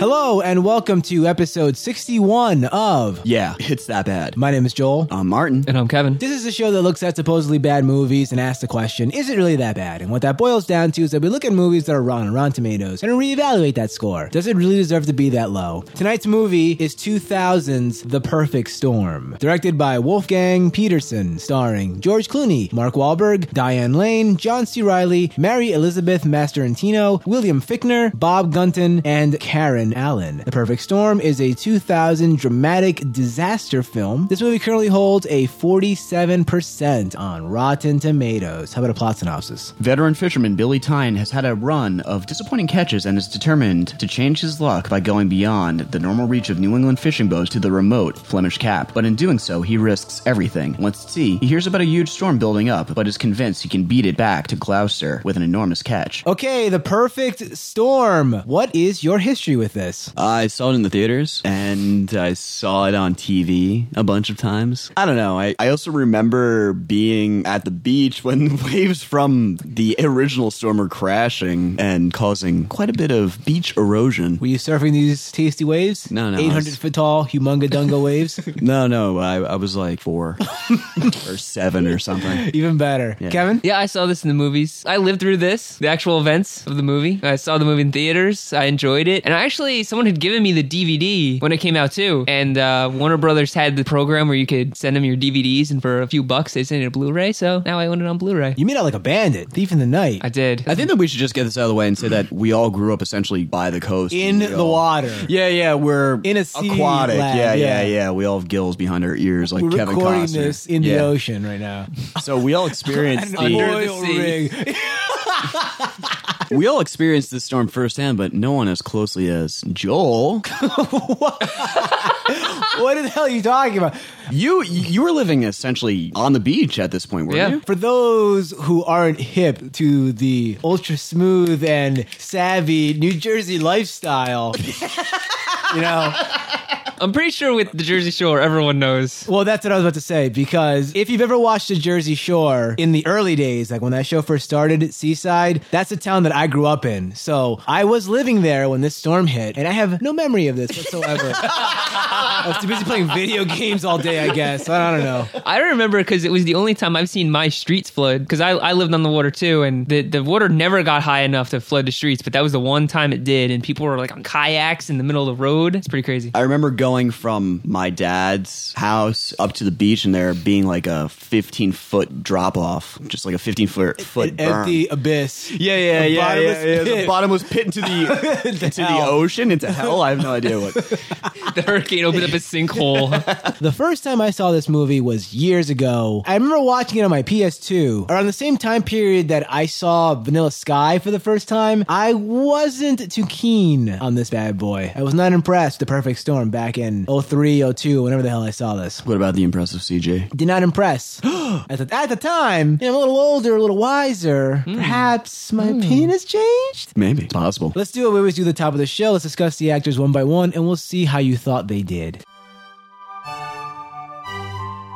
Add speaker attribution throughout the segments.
Speaker 1: Hello and welcome to episode 61 of
Speaker 2: Yeah, it's that bad.
Speaker 1: My name is Joel.
Speaker 2: I'm Martin.
Speaker 3: And I'm Kevin.
Speaker 1: This is a show that looks at supposedly bad movies and asks the question, is it really that bad? And what that boils down to is that we look at movies that are raw on Rotten Tomatoes and reevaluate that score. Does it really deserve to be that low? Tonight's movie is 2000's The Perfect Storm, directed by Wolfgang Peterson, starring George Clooney, Mark Wahlberg, Diane Lane, John C. Riley, Mary Elizabeth Masterantino, William Fickner, Bob Gunton, and Karen Allen. The Perfect Storm is a 2000 dramatic disaster film. This movie currently holds a 47% on Rotten Tomatoes. How about a plot synopsis?
Speaker 2: Veteran fisherman Billy Tyne has had a run of disappointing catches and is determined to change his luck by going beyond the normal reach of New England fishing boats to the remote Flemish Cap. But in doing so, he risks everything. Once at sea, he hears about a huge storm building up, but is convinced he can beat it back to Gloucester with an enormous catch.
Speaker 1: Okay, The Perfect Storm. What is your history with this?
Speaker 4: I saw it in the theaters and I saw it on TV a bunch of times. I don't know. I, I also remember being at the beach when the waves from the original storm were crashing and causing quite a bit of beach erosion.
Speaker 1: Were you surfing these tasty waves?
Speaker 4: No, no, I
Speaker 1: 800
Speaker 4: was-
Speaker 1: foot tall, humunga dunga waves?
Speaker 4: No, no, I, I was like four or seven or something.
Speaker 1: Even better. Kevin?
Speaker 3: Yeah, I saw this in the movies. I lived through this, the actual events of the movie. I saw the movie in theaters. I enjoyed it. And actually, someone had given me the DVD when it came out, too. And uh, Warner Brothers had the program where you could send them your DVDs, and for a few bucks, they sent it a Blu ray. So now I own it on Blu ray.
Speaker 1: You made out like a bandit, thief in the night.
Speaker 3: I did.
Speaker 4: I think that we should just get this out of the way and say that we all grew up essentially by the coast.
Speaker 1: in
Speaker 4: We
Speaker 1: the
Speaker 4: all-
Speaker 1: water.
Speaker 4: Yeah, yeah, we're
Speaker 1: In a sea
Speaker 4: aquatic.
Speaker 1: lab,
Speaker 4: yeah,
Speaker 1: yeah.
Speaker 4: yeah, yeah, We all have gills behind our ears, like
Speaker 1: We're
Speaker 4: Kevin
Speaker 1: recording
Speaker 4: Costner.
Speaker 1: this in
Speaker 4: Yeah.
Speaker 1: the ocean right now.
Speaker 4: So we all experienced the,
Speaker 3: the
Speaker 1: Oil
Speaker 3: sea.
Speaker 1: rig.
Speaker 4: we all experienced this storm firsthand, but no one as closely as Joel.
Speaker 1: what the hell are you talking about?
Speaker 4: You you were living essentially on the beach at this point, weren't
Speaker 3: Yeah.
Speaker 4: you?
Speaker 1: For those who aren't hip to the ultra smooth and savvy New Jersey lifestyle, you know,
Speaker 3: I'm pretty sure with the Jersey Shore, everyone knows.
Speaker 1: Well, that's what I was about to say because if you've ever watched the Jersey Shore in the early days, like when that show first started, Seaside, that's a town that I grew up in. So I was living there when this storm hit, and I have no memory of this whatsoever. I was too busy playing video games all day, I guess. I don't know.
Speaker 3: I remember because it was the only time I've seen my streets flood because I, I lived on the water too, and the, the water never got high enough to flood the streets, but that was the one time it did, and people were like on kayaks in the middle of the road. It's pretty crazy.
Speaker 4: I remember going from my dad's house up to the beach and there being like a 15 foot drop off, just like a 15 foot foot
Speaker 1: An
Speaker 4: burn.
Speaker 1: empty abyss.
Speaker 4: Yeah, yeah,
Speaker 1: A
Speaker 4: yeah,
Speaker 1: bottomless
Speaker 4: yeah, yeah.
Speaker 1: pit.
Speaker 4: The bottomless pit into the into the
Speaker 1: hell.
Speaker 4: ocean, into hell. I have no idea what.
Speaker 3: the hurricane opened up a sinkhole.
Speaker 1: The first time I saw this movie was years ago. I remember watching it on my PS2. Around the same time period that I saw Vanilla Sky for the first time, I wasn't too keen on this bad boy. I was not impressed with The Perfect Storm back in 03, 02, whenever the hell I saw this.
Speaker 4: What about the impressive CJ?
Speaker 1: Did not impress. at, the, at the time, you know, I'm a little older, a little wiser. Perhaps my opinion has changed?
Speaker 4: Maybe it's possible.
Speaker 1: Let's do what we always do at the top of the show. Let's discuss the actors one by one, and we'll see how you thought they did.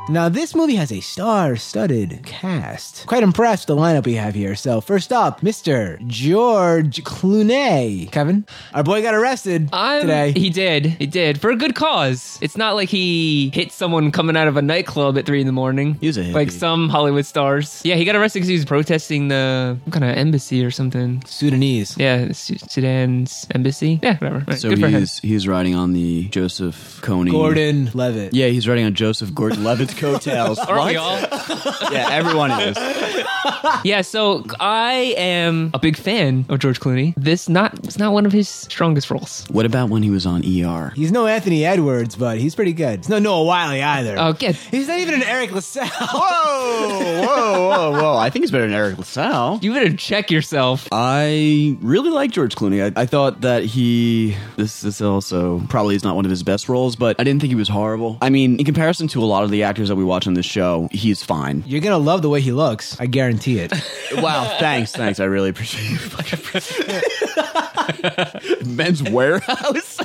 Speaker 1: Now, this movie has a star studded cast. Quite impressed with the lineup we have here. So, first up, Mr. George Clooney. Kevin, our boy got arrested
Speaker 3: I'm,
Speaker 1: today.
Speaker 3: He did. He did. For a good cause. It's not like he hit someone coming out of a nightclub at three in the morning.
Speaker 4: He was a
Speaker 3: Like
Speaker 4: hippie.
Speaker 3: some Hollywood stars. Yeah, he got arrested because he was protesting the what kind of embassy or something.
Speaker 1: Sudanese.
Speaker 3: Yeah, Su- Sudan's embassy. Yeah, whatever. Right,
Speaker 4: So
Speaker 3: good for him.
Speaker 4: he's he's riding on the Joseph Coney
Speaker 1: Gordon Levitt.
Speaker 4: Yeah, he's riding on Joseph Gordon-Levitt's coattails.
Speaker 3: Aren't we all?
Speaker 4: yeah, everyone is.
Speaker 3: yeah, so I am a big fan of George Clooney. This not it's not one of his strongest roles.
Speaker 4: What about when he was on ER?
Speaker 1: He's no Anthony Edwards, but he's pretty good. He's no Noah Wiley either.
Speaker 3: Oh, good.
Speaker 1: He's not even an Eric LaSalle.
Speaker 4: Whoa, whoa, whoa, whoa! I think he's better than Eric LaSalle.
Speaker 3: You better check yourself.
Speaker 4: I really like George Clooney. I, I thought that he this this also probably is not one of his best roles, but I didn't think he was horrible. I mean, in comparison to a lot of the actors that we watch on this show, he's fine.
Speaker 1: You're going to love the way he looks. I guarantee it.
Speaker 4: Wow, thanks, thanks. I really appreciate you. Men's warehouse.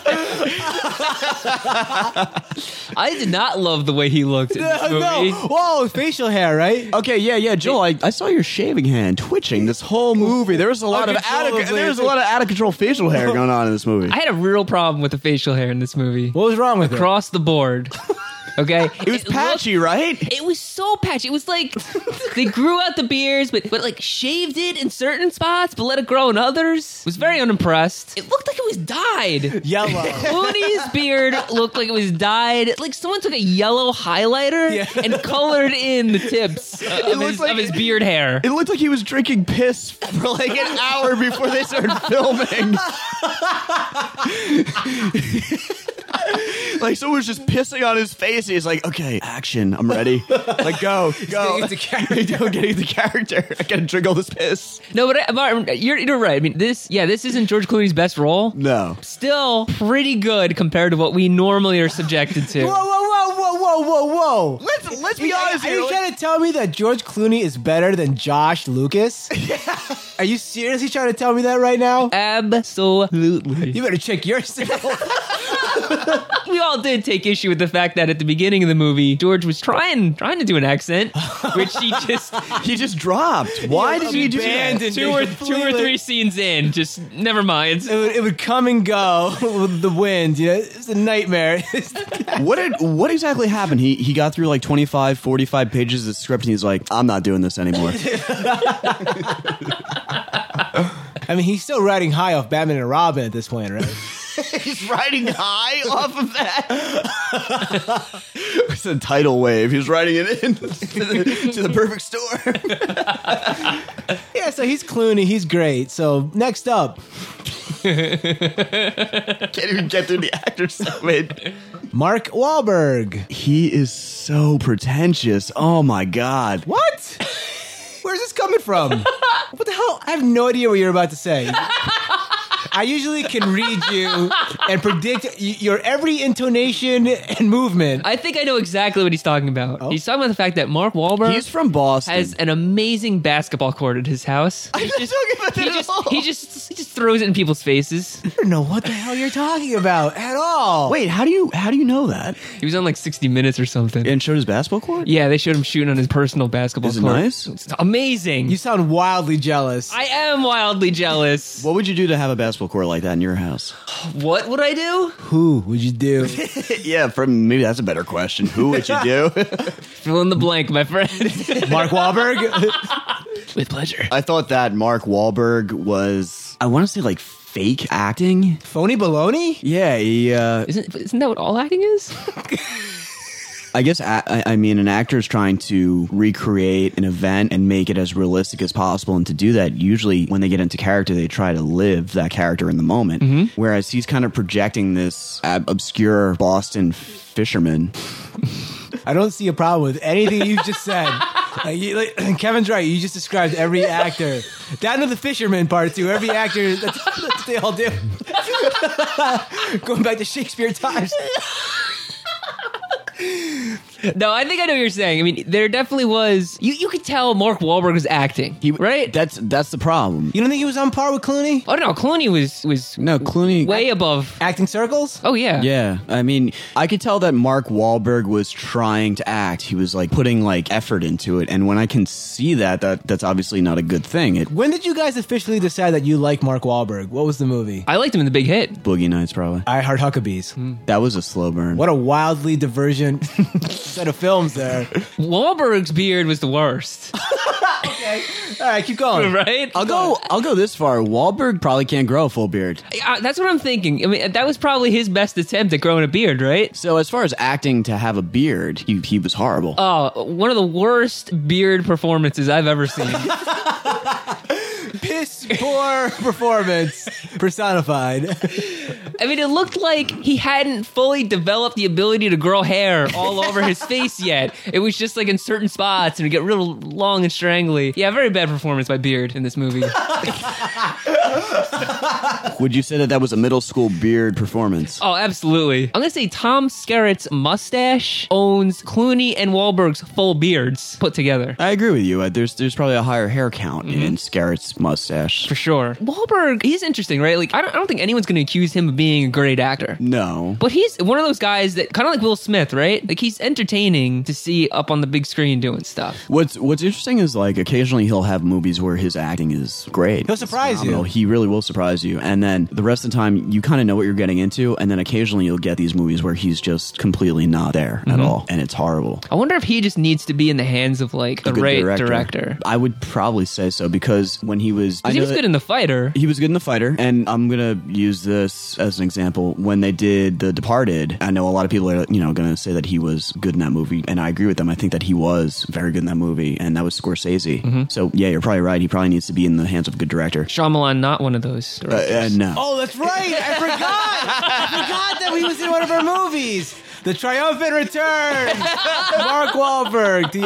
Speaker 3: I did not love the way he looked in this movie.
Speaker 1: no. Whoa, facial hair, right?
Speaker 4: okay, yeah, yeah, Joel. I, I saw your shaving hand twitching this whole movie. There was a lot of out of
Speaker 1: Uncontrollably.
Speaker 4: there was a lot of out of control facial hair going on in this movie.
Speaker 3: I had a real problem with the facial hair in this movie.
Speaker 1: What was wrong with it?
Speaker 3: Across the board. Okay.
Speaker 4: it was patchy, right?
Speaker 3: looked- it was so patchy. It was like they grew out the beards, but but like shaved it in certain spots, but let it grow in others. Was very unimpressed. It looked like it was dyed.
Speaker 1: Yellow.
Speaker 3: Clooney's beard looked like it was dyed. Like someone took a yellow highlighter
Speaker 1: Yeah.
Speaker 3: and colored in the tips uh, of,
Speaker 4: looked
Speaker 3: his,
Speaker 4: like-
Speaker 3: of his beard hair.
Speaker 4: It looked like he was drinking piss for like an hour before they started filming. like someone was just pissing on his face, and he's like, "Okay, action, I'm ready. Like, go, go."
Speaker 1: getting into
Speaker 4: I'm getting into character. I gotta drink all this piss.
Speaker 3: No, but I, Martin, you're, you're right. I mean, this yeah, this isn't George Clooney's best role.
Speaker 4: No,
Speaker 3: Still pretty good compared to what we normally are subjected to.
Speaker 1: Whoa, whoa, whoa, whoa, whoa, whoa, whoa.
Speaker 4: let's let's be
Speaker 1: Are
Speaker 4: honest here.
Speaker 1: you trying to tell me that George Clooney is better than Josh Lucas? Are you seriously trying to tell me that right now?
Speaker 3: Absolutely.
Speaker 1: You better check yourself.
Speaker 3: we all did take issue with the fact that at the beginning of the movie, George was trying trying to do an accent, which he just
Speaker 4: he just dropped. Why did he do that?
Speaker 1: abandoned
Speaker 3: two or
Speaker 1: it
Speaker 3: two or three
Speaker 1: completely.
Speaker 3: scenes in, just never
Speaker 1: It
Speaker 3: mind.
Speaker 1: would, it would come and go with the wind. You know, it's a nightmare.
Speaker 4: What did what exactly happened? He he got through like 25, 45 pages of script, and he's like, "I'm not doing this anymore."
Speaker 1: I mean, he's still riding high off Batman and Robin at this point, right?
Speaker 4: He's riding high off of that. it's a tidal wave. He's riding it in to the, to the perfect storm.
Speaker 1: yeah, so he's Clooney. He's great. So next up,
Speaker 4: Can't even get through the actor's summit.
Speaker 1: Mark Wahlberg.
Speaker 4: He is so pretentious. Oh my god.
Speaker 1: What? Where's this coming from? What the hell? I have no idea what you're about to say. I usually can read you and predict y- your every intonation and movement.
Speaker 3: I think I know exactly what he's talking about.
Speaker 1: Oh.
Speaker 3: He's talking about the fact that Mark Wahlberg
Speaker 4: He's from Boston.
Speaker 3: has an amazing basketball court at his house.
Speaker 4: I'm not talking about
Speaker 3: He
Speaker 4: that at
Speaker 3: just,
Speaker 4: all.
Speaker 3: he just he just throws it in people's faces.
Speaker 1: I don't know what the hell you're talking about at all.
Speaker 4: Wait, how do you how do you know that?
Speaker 3: He was on like 60 Minutes or something.
Speaker 4: And showed his basketball court?
Speaker 3: Yeah, they showed him shooting on his personal basketball
Speaker 4: Is it
Speaker 3: court.
Speaker 4: nice?
Speaker 3: It's amazing.
Speaker 1: you sound wildly jealous.
Speaker 3: I am wildly jealous.
Speaker 4: What would you do to have a basketball court like that in your house?
Speaker 3: What would I do?
Speaker 1: Who would you do?
Speaker 4: yeah, from maybe that's a better question. Who would you do?
Speaker 3: Fill in the blank, my friend.
Speaker 1: Mark Wahlberg?
Speaker 3: With pleasure.
Speaker 4: I thought that Mark Wahlberg was I want to say like fake acting.
Speaker 1: Phony baloney?
Speaker 4: Yeah, he uh,
Speaker 3: Isn't isn't that what all acting is?
Speaker 4: I guess a- I, I mean an actor is trying to recreate an event and make it as realistic as possible, and to do that, usually when they get into character, they try to live that character in the moment. Whereas he's kind of projecting this ab- obscure Boston fisherman.
Speaker 1: I don't see a problem with anything you just said. Like, you, like, Kevin's right. You just described every actor down to the fisherman part too. Every actor, that's, that's what they all do. Going back to Shakespeare times.
Speaker 3: no, I think I know what you're saying. I mean, there definitely was. You you could tell Mark Wahlberg was acting, right?
Speaker 4: That's that's the problem.
Speaker 1: You don't think he was on par with Clooney?
Speaker 3: oh no, Clooney was was
Speaker 4: No, Clooney.
Speaker 3: way above.
Speaker 1: Acting circles?
Speaker 3: Oh yeah,
Speaker 4: Yeah, I mean, I could tell that Mark Wahlberg was trying to act. He was like putting like effort into it, and when I can see that, that that's obviously not a good thing. It
Speaker 1: When did you guys officially decide that you like Mark Wahlberg? What was the movie?
Speaker 3: I liked him in The Big Hit.
Speaker 4: Boogie Nights probably.
Speaker 1: I Heart Huckabees.
Speaker 4: That was a slow burn.
Speaker 1: What a wildly divergent set of films there.
Speaker 3: Wahlberg's beard was the worst,
Speaker 1: All right, keep going.
Speaker 3: right?
Speaker 4: I'll go. I'll go this far. Wahlberg probably can't grow a full beard.
Speaker 3: Uh, that's what I'm thinking. I mean, that was probably his best attempt at growing a beard, right?
Speaker 4: So as far as acting to have a beard, he, he was horrible.
Speaker 3: Oh, one of the worst beard performances I've ever seen.
Speaker 1: Piss poor performance personified.
Speaker 3: I mean, it looked like he hadn't fully developed the ability to grow hair all over his face yet. It was just like in certain spots and it get real long and strangly. Yeah, very bad performance by Beard in this movie.
Speaker 4: Would you say that that was a middle school beard performance?
Speaker 3: Oh, absolutely. I'm gonna say Tom Skerritt's mustache owns Clooney and Wahlberg's full beards put together.
Speaker 4: I agree with you. Uh, There's there's probably a higher hair count in Scarrett's mustache.
Speaker 3: For sure. Wahlberg, he's interesting, right? Like, I don't, I don't think anyone's going to accuse him of being a great actor.
Speaker 4: No.
Speaker 3: But he's one of those guys that, kind of like Will Smith, right? Like, he's entertaining to see up on the big screen doing stuff.
Speaker 4: What's What's interesting is like occasionally he'll have movies where his acting is great.
Speaker 1: He'll
Speaker 4: It's
Speaker 1: surprise you.
Speaker 4: phenomenal. He really will surprise you. And then the rest of the time you kind of know what you're getting into. And then occasionally you'll get these movies where he's just completely not there
Speaker 3: Mm-hmm.
Speaker 4: at all, and it's horrible.
Speaker 3: I wonder if he just needs to be in the hands of, like, the
Speaker 4: Good
Speaker 3: right director. director.
Speaker 4: I would probably say so because when he was, I
Speaker 3: Because he
Speaker 4: know
Speaker 3: was
Speaker 4: that-
Speaker 3: good in The Fighter.
Speaker 4: He was good in the fighter, and I'm gonna use this as an example. When they did The Departed, I know a lot of people are you know gonna say that he was good in that movie, and I agree with them. I think that he was very good in that movie, and that was Scorsese.
Speaker 1: Mm-hmm.
Speaker 4: So yeah, you're probably right. He probably needs to be in the hands of a good director.
Speaker 3: Shyamalan, not one of those
Speaker 4: Uh,
Speaker 3: directors.
Speaker 4: uh, no.
Speaker 1: Oh, that's right. I forgot. I forgot that we was in one of our movies. The triumphant return. Mark Wahlberg to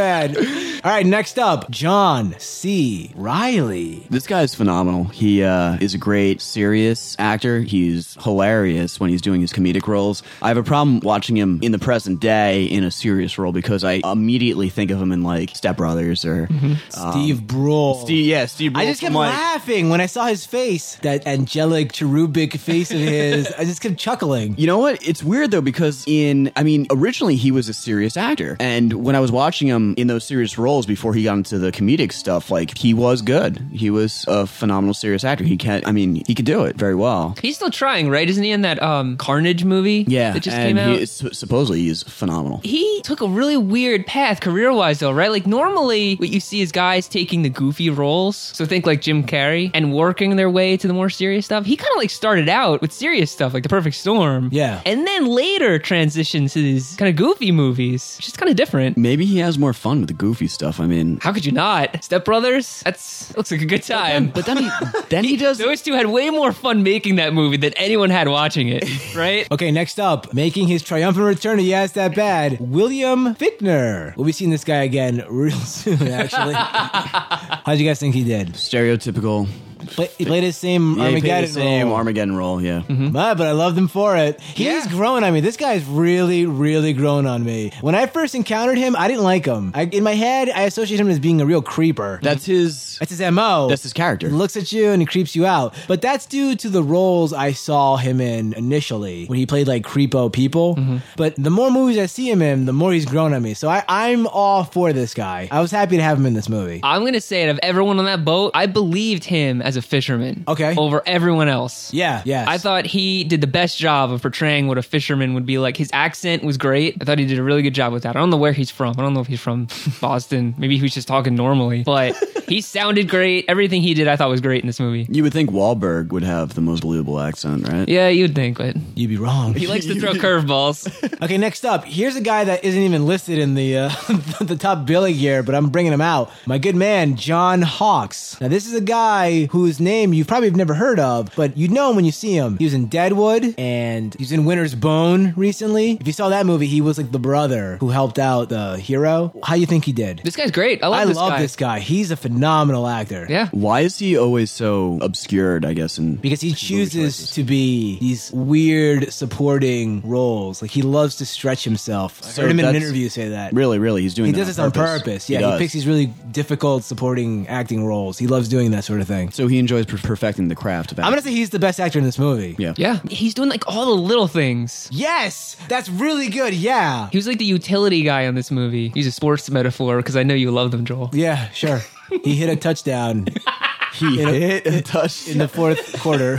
Speaker 1: SFN. All right, next up, John C. Riley.
Speaker 4: This guy is phenomenal. He uh, is a great, serious actor. He's hilarious when he's doing his comedic roles. I have a problem watching him in the present day in a serious role because I immediately think of him in like Step Brothers or
Speaker 1: Steve Brule.
Speaker 4: Steve, yeah, Steve.
Speaker 1: Mm-hmm. I
Speaker 4: Brule
Speaker 1: just kept
Speaker 4: from, like-
Speaker 1: laughing when I saw his face, that angelic cherubic face of his. I just kept chuckling.
Speaker 4: You know what? It's weird though because in I mean, originally he was a serious actor, and when I was watching him in those serious roles before he got into the comedic stuff, like he was good. He was a phenomenal serious actor. He can I mean, he could do it very well.
Speaker 3: He's still trying, right? Isn't he in that um, Carnage movie?
Speaker 4: Yeah,
Speaker 3: That just
Speaker 4: and
Speaker 3: came out?
Speaker 4: He is, supposedly he's phenomenal.
Speaker 3: he took a really weird path career wise, though, right? Like, normally, what you see is guys taking the goofy roles. So, think like Jim Carrey and working their way to the more serious stuff. He kind of like started out with serious stuff, like The Perfect Storm.
Speaker 1: Yeah.
Speaker 3: And then later transitioned to these kind of goofy movies. It's just kind of different.
Speaker 4: Maybe he has more fun with the goofy stuff. I mean,
Speaker 3: How could you not? Step Brothers? That's looks like a good time.
Speaker 4: but then he then he does.
Speaker 3: Those two had way more fun making that movie than anyone had watching it, right?
Speaker 1: Okay, next up, making his triumphant return to Yes That Bad, William Fichtner. We'll be seeing this guy again real soon, actually. How'd you guys think he did?
Speaker 4: Stereotypical.
Speaker 1: Play, he played his same
Speaker 4: Yeah, he played the
Speaker 1: Armageddon
Speaker 4: same
Speaker 1: role. Mm-hmm.
Speaker 4: Armageddon role. Yeah.
Speaker 1: But, but I loved him for it. He's
Speaker 3: Yeah.
Speaker 1: grown on me. This guy's really, really grown on me. When I first encountered him, I didn't like him. I, in my head, I associated him as being a real creeper.
Speaker 4: That's his.
Speaker 1: That's his MO.
Speaker 4: That's his character.
Speaker 1: He looks at you and he creeps you out. But that's due to the roles I saw him in initially when he played like creepo people.
Speaker 4: Mm-hmm.
Speaker 1: But the more movies I see him in, the more he's grown on me. So I, I'm all for this guy. I was happy to have him in this movie.
Speaker 3: I'm gonna say it of everyone on that boat, I believed him as a fisherman.
Speaker 1: Okay.
Speaker 3: Over everyone else.
Speaker 1: yeah, yeah.
Speaker 3: I thought he did the best job of portraying what a fisherman would be like. His accent was great. I thought he did a really good job with that. I don't know where he's from. I don't know if he's from Boston. Maybe he was just talking normally. But he sounded great. Everything he did I thought was great in this movie.
Speaker 4: You would think Wahlberg would have the most believable accent, right?
Speaker 3: Yeah, you'd think, but
Speaker 1: you'd be wrong.
Speaker 3: he likes to throw curveballs.
Speaker 1: Okay, next up, here's a guy that isn't even listed in the uh, the top billing here, but I'm bringing him out. My good man, John Hawks. Now, this is a guy whose name you probably have never heard of, but you'd know him when you see him. He was in Deadwood and he's in Winter's Bone recently. If you saw that movie, he was like the brother who helped out the hero. How you think he did?
Speaker 3: This guy's great. I love
Speaker 1: I
Speaker 3: this
Speaker 1: love
Speaker 3: guy.
Speaker 1: this guy. He's a phenomenal actor.
Speaker 3: Yeah.
Speaker 4: Why is he always so obscured? I guess and
Speaker 1: because he chooses to be these weird supporting roles. Like he loves to stretch himself. I
Speaker 4: So
Speaker 1: heard him in an
Speaker 4: that's-
Speaker 1: interview say that.
Speaker 4: really, really, he's doing.
Speaker 1: He
Speaker 4: that
Speaker 1: does this on purpose. Yeah, he,
Speaker 4: does.
Speaker 1: picks these really difficult supporting acting roles. He loves doing that sort of thing.
Speaker 4: So he enjoys per- perfecting the craft. Of
Speaker 1: I'm gonna
Speaker 4: acting.
Speaker 1: say he's the best actor in this movie.
Speaker 4: Yeah.
Speaker 3: Yeah. He's doing like all the little things.
Speaker 1: Yes, that's really good. Yeah.
Speaker 3: He was like the utility guy on this movie. Use a sports metaphor because I know you love them, Joel.
Speaker 1: Yeah, sure. he hit a touchdown
Speaker 4: He
Speaker 1: in a-
Speaker 4: hit a touch
Speaker 1: in the fourth quarter.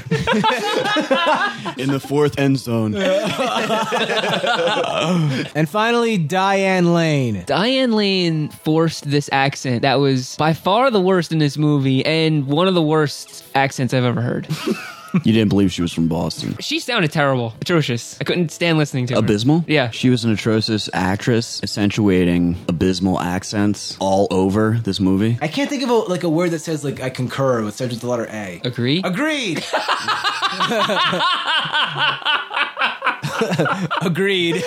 Speaker 4: in the fourth end zone.
Speaker 1: And finally, Diane Lane.
Speaker 3: Diane Lane forced this accent that was by far the worst in this movie and one of the worst accents I've ever heard.
Speaker 4: You didn't believe she was from Boston.
Speaker 3: she sounded terrible, atrocious. I couldn't stand listening to her.
Speaker 4: Abysmal?
Speaker 3: Yeah.
Speaker 4: She was an atrocious actress, accentuating abysmal accents all over this movie.
Speaker 1: I can't think of a, like a word that says like I concur with starts with the letter A.
Speaker 3: Agree?
Speaker 1: Agreed. Agreed.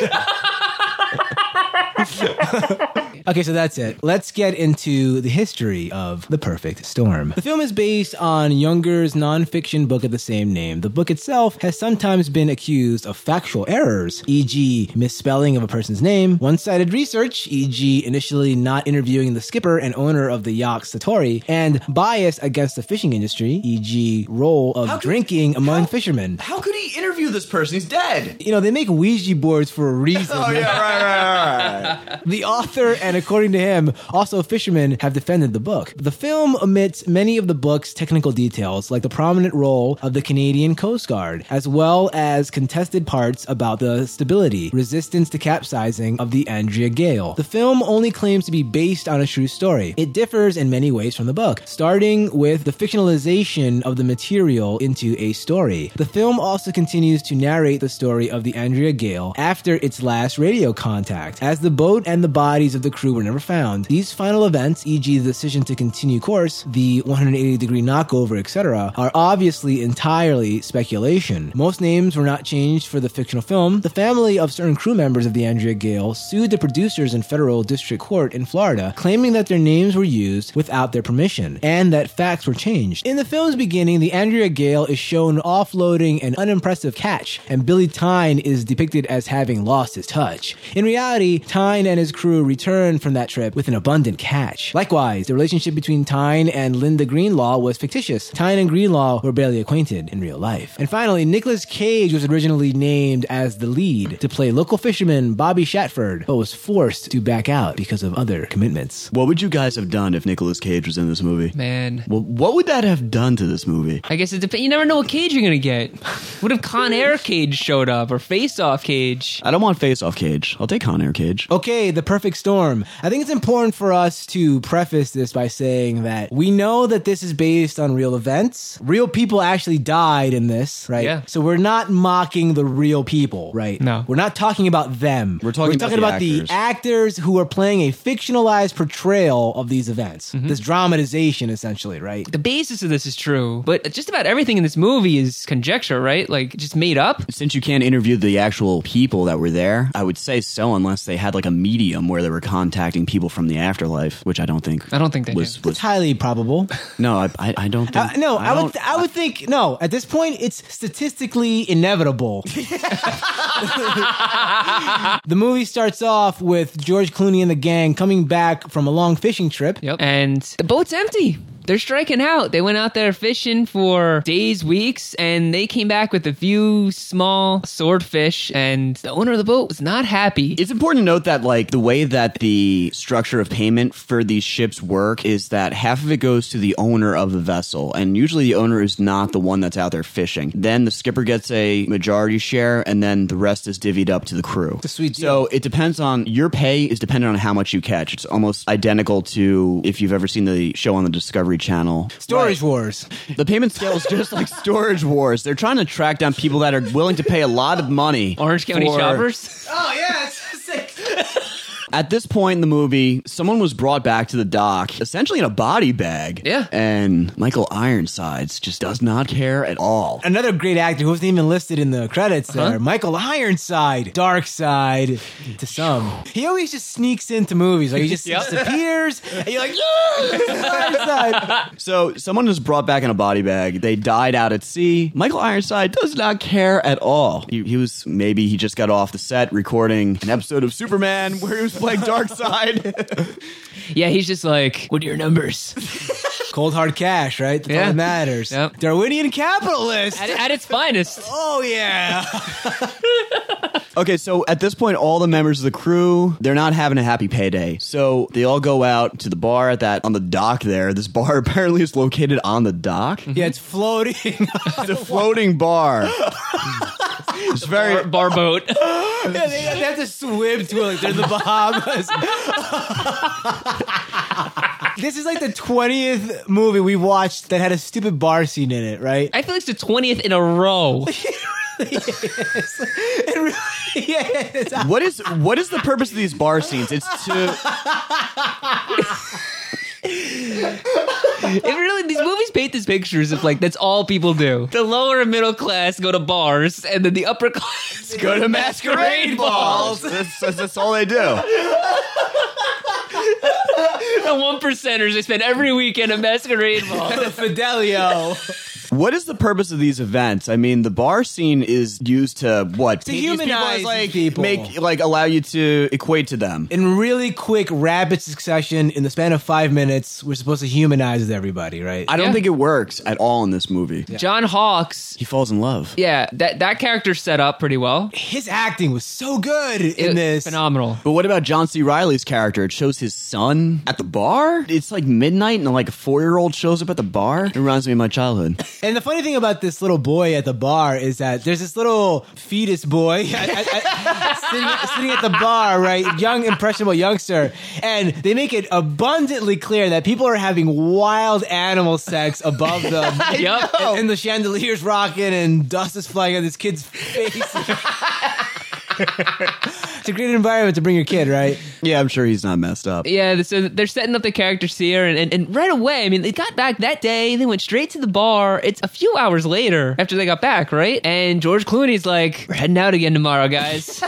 Speaker 1: Okay, so that's it. Let's get into the history of The Perfect Storm. The film is based on Younger's nonfiction book of the same name. The book itself has sometimes been accused of factual errors, e.g., misspelling of a person's name, one sided research, e.g., initially not interviewing the skipper and owner of the yacht Satori, and bias against the fishing industry, e.g., role of
Speaker 4: How could-
Speaker 1: drinking among
Speaker 4: how-
Speaker 1: fishermen.
Speaker 4: How could he interview this person? He's dead.
Speaker 1: You know, they make Ouija boards for a reason.
Speaker 4: Oh yeah, right, right, right, right.
Speaker 1: The author and, according to him, also fishermen have defended the book. The film omits many of the book's technical details, like the prominent role of the Canadian Coast Guard, as well as contested parts about the stability, resistance to capsizing of the Andrea Gale. The film only claims to be based on a true story. It differs in many ways from the book, starting with the fictionalization of the material into a story. The film also continues to narrate the story of the Andrea Gale after its last radio contact, as the boat and the bodies of the crew were never found. These final events, e.g., the decision to continue course, the 180 degree knockover, etc., are obviously entirely speculation. Most names were not changed for the fictional film. The family of certain crew members of the Andrea Gale sued the producers in federal district court in Florida, claiming that their names were used without their permission and that facts were changed. In the film's beginning, the Andrea Gale is shown offloading an unimpressive catch, and Billy Tyne is depicted as having lost his touch. In reality, Tyne and his crew returned from that trip with an abundant catch. Likewise, the relationship between Tyne and Linda Greenlaw was fictitious. Tyne and Greenlaw were barely acquainted in real life. And finally, Nicolas Cage was originally named as the lead to play local fisherman Bobby Shatford, but was forced to back out because of other commitments.
Speaker 4: What would you guys have done if Nicolas Cage was in this movie?
Speaker 3: Man.
Speaker 4: Well, what would that have done to this movie?
Speaker 3: I guess it depends. You never know what cage you're going to get. What if Con Air Cage showed up or Face Off Cage?
Speaker 4: I don't want Face Off Cage. I'll take Con Air Cage.
Speaker 1: Okay, the perfect storm. I think it's important for us to preface this by saying that we know that this is based on real events. Real people actually died in this, right?
Speaker 3: Yeah.
Speaker 1: So we're not mocking the real people, right?
Speaker 3: No.
Speaker 1: We're not talking about them.
Speaker 4: We're talking about the
Speaker 1: the actors who are playing a fictionalized portrayal of these events.
Speaker 3: Mm-hmm.
Speaker 1: This dramatization, essentially, right?
Speaker 3: The basis of this is true, but just about everything in this movie is conjecture, right? Like just made up.
Speaker 4: Since you can't interview the actual people that were there, I would say so, unless they had like a medium where they were contacting people from the afterlife, which I don't think.
Speaker 3: I don't think they
Speaker 4: was.
Speaker 3: did.
Speaker 1: It's
Speaker 4: was
Speaker 1: highly probable.
Speaker 4: no, I, I, I don't
Speaker 1: Uh,
Speaker 4: think.
Speaker 1: no, I, would.
Speaker 4: don't-
Speaker 1: I would think no. At this point, it's statistically inevitable. the movie starts off with George Clooney and the gang coming back from a long fishing trip.
Speaker 3: Yep. And the boat's empty. They're striking out. They went out there fishing for days, weeks, and they came back with a few small swordfish. And the owner of the boat was not happy.
Speaker 4: It's important to note that, like, the way that the structure of payment for these ships work is that half of it goes to the owner of the vessel, and usually the owner is not the one that's out there fishing. Then the skipper gets a majority share, and then the rest is divvied up to the crew.
Speaker 1: a sweet deal.
Speaker 4: So it depends on your pay is dependent on how much you catch. It's almost identical to if you've ever seen the show on the Discovery Channel.
Speaker 1: Storage wars.
Speaker 4: The payment scale is just like Storage Wars. They're trying to track down people that are willing to pay a lot of money.
Speaker 3: Orange County
Speaker 4: for-
Speaker 3: Choppers.
Speaker 1: Oh yeah, it's sick.
Speaker 4: At this point in the movie, someone was brought back to the dock, essentially in a body bag.
Speaker 3: Yeah.
Speaker 4: And Michael Ironsides just does not care at all.
Speaker 1: Another great actor who wasn't even listed in the credits
Speaker 3: Uh-huh.
Speaker 1: there, Michael Ironside, Dark Side to some. He always just sneaks into movies. Like he just
Speaker 3: Yep.
Speaker 1: disappears and you're like, yeah, Ironside.
Speaker 4: So someone was brought back in a body bag. They died out at sea. Michael Ironside does not care at all. He, he was maybe he just got off the set recording an episode of Superman where he was playing Dark Side.
Speaker 3: Yeah, he's just like, what are your numbers?
Speaker 1: Cold hard cash, right? That's all
Speaker 3: Yeah.
Speaker 1: that matters.
Speaker 3: Yep.
Speaker 1: Darwinian capitalist.
Speaker 3: at, at its finest.
Speaker 1: Oh yeah.
Speaker 4: Okay, so at this point, all the members of the crew they're not having a happy payday, so they all go out to the bar at that on the dock. There, this bar apparently is located on the dock.
Speaker 1: yeah, it's floating.
Speaker 4: It's a floating bar. it's very.
Speaker 3: Bar boat.
Speaker 1: yeah, they, they have to swim to it like they're in the Bahamas. this is like the twentieth movie we watched that had a stupid bar scene in it, right?
Speaker 3: I feel like it's the 20th in a row.
Speaker 1: It really is.
Speaker 4: What is what is the purpose of these bar scenes? It's to
Speaker 3: It really, these movies paint these pictures of like, that's all people do. The lower and middle class go to bars, and then the upper class
Speaker 4: go to masquerade balls. That's, that's- that's all they do.
Speaker 3: the one percenters they spend every weekend at Masquerade Ball.
Speaker 1: Fidelio.
Speaker 4: What is the purpose of these events? I mean, the bar scene is used to what? To
Speaker 1: humanize these
Speaker 4: like
Speaker 1: people.
Speaker 4: make like allow you to equate to them.
Speaker 1: In really quick, rapid succession, in the span of five minutes, we're supposed to humanize everybody, right?
Speaker 4: I don't
Speaker 3: Yeah.
Speaker 4: think it works at all in this movie.
Speaker 3: John Hawks.
Speaker 4: He falls in love.
Speaker 3: Yeah, that that character's set up pretty well.
Speaker 1: His acting was so good in
Speaker 3: It-
Speaker 1: this.
Speaker 3: phenomenal.
Speaker 4: But what about John C. Riley's character? It shows his son at the bar. It's like midnight, and like a four-year-old shows up at the bar. It reminds me of my childhood.
Speaker 1: And the funny thing about this little boy at the bar is that there's this little fetus boy I- I- I- sitting, sitting at the bar, right? Young, impressionable youngster. And they make it abundantly clear that people are having wild animal sex above them.
Speaker 3: Yep.
Speaker 1: And, and the chandelier's rocking and dust is flying on this kid's face. it's a great environment to bring your kid, right?
Speaker 4: Yeah, I'm sure he's not messed up.
Speaker 3: Yeah, so they're setting up the characters here, and, and, and right away, I mean, they got back that day, they went straight to the bar. It's a few hours later after they got back, right? And George Clooney's like, we're heading out again tomorrow, guys.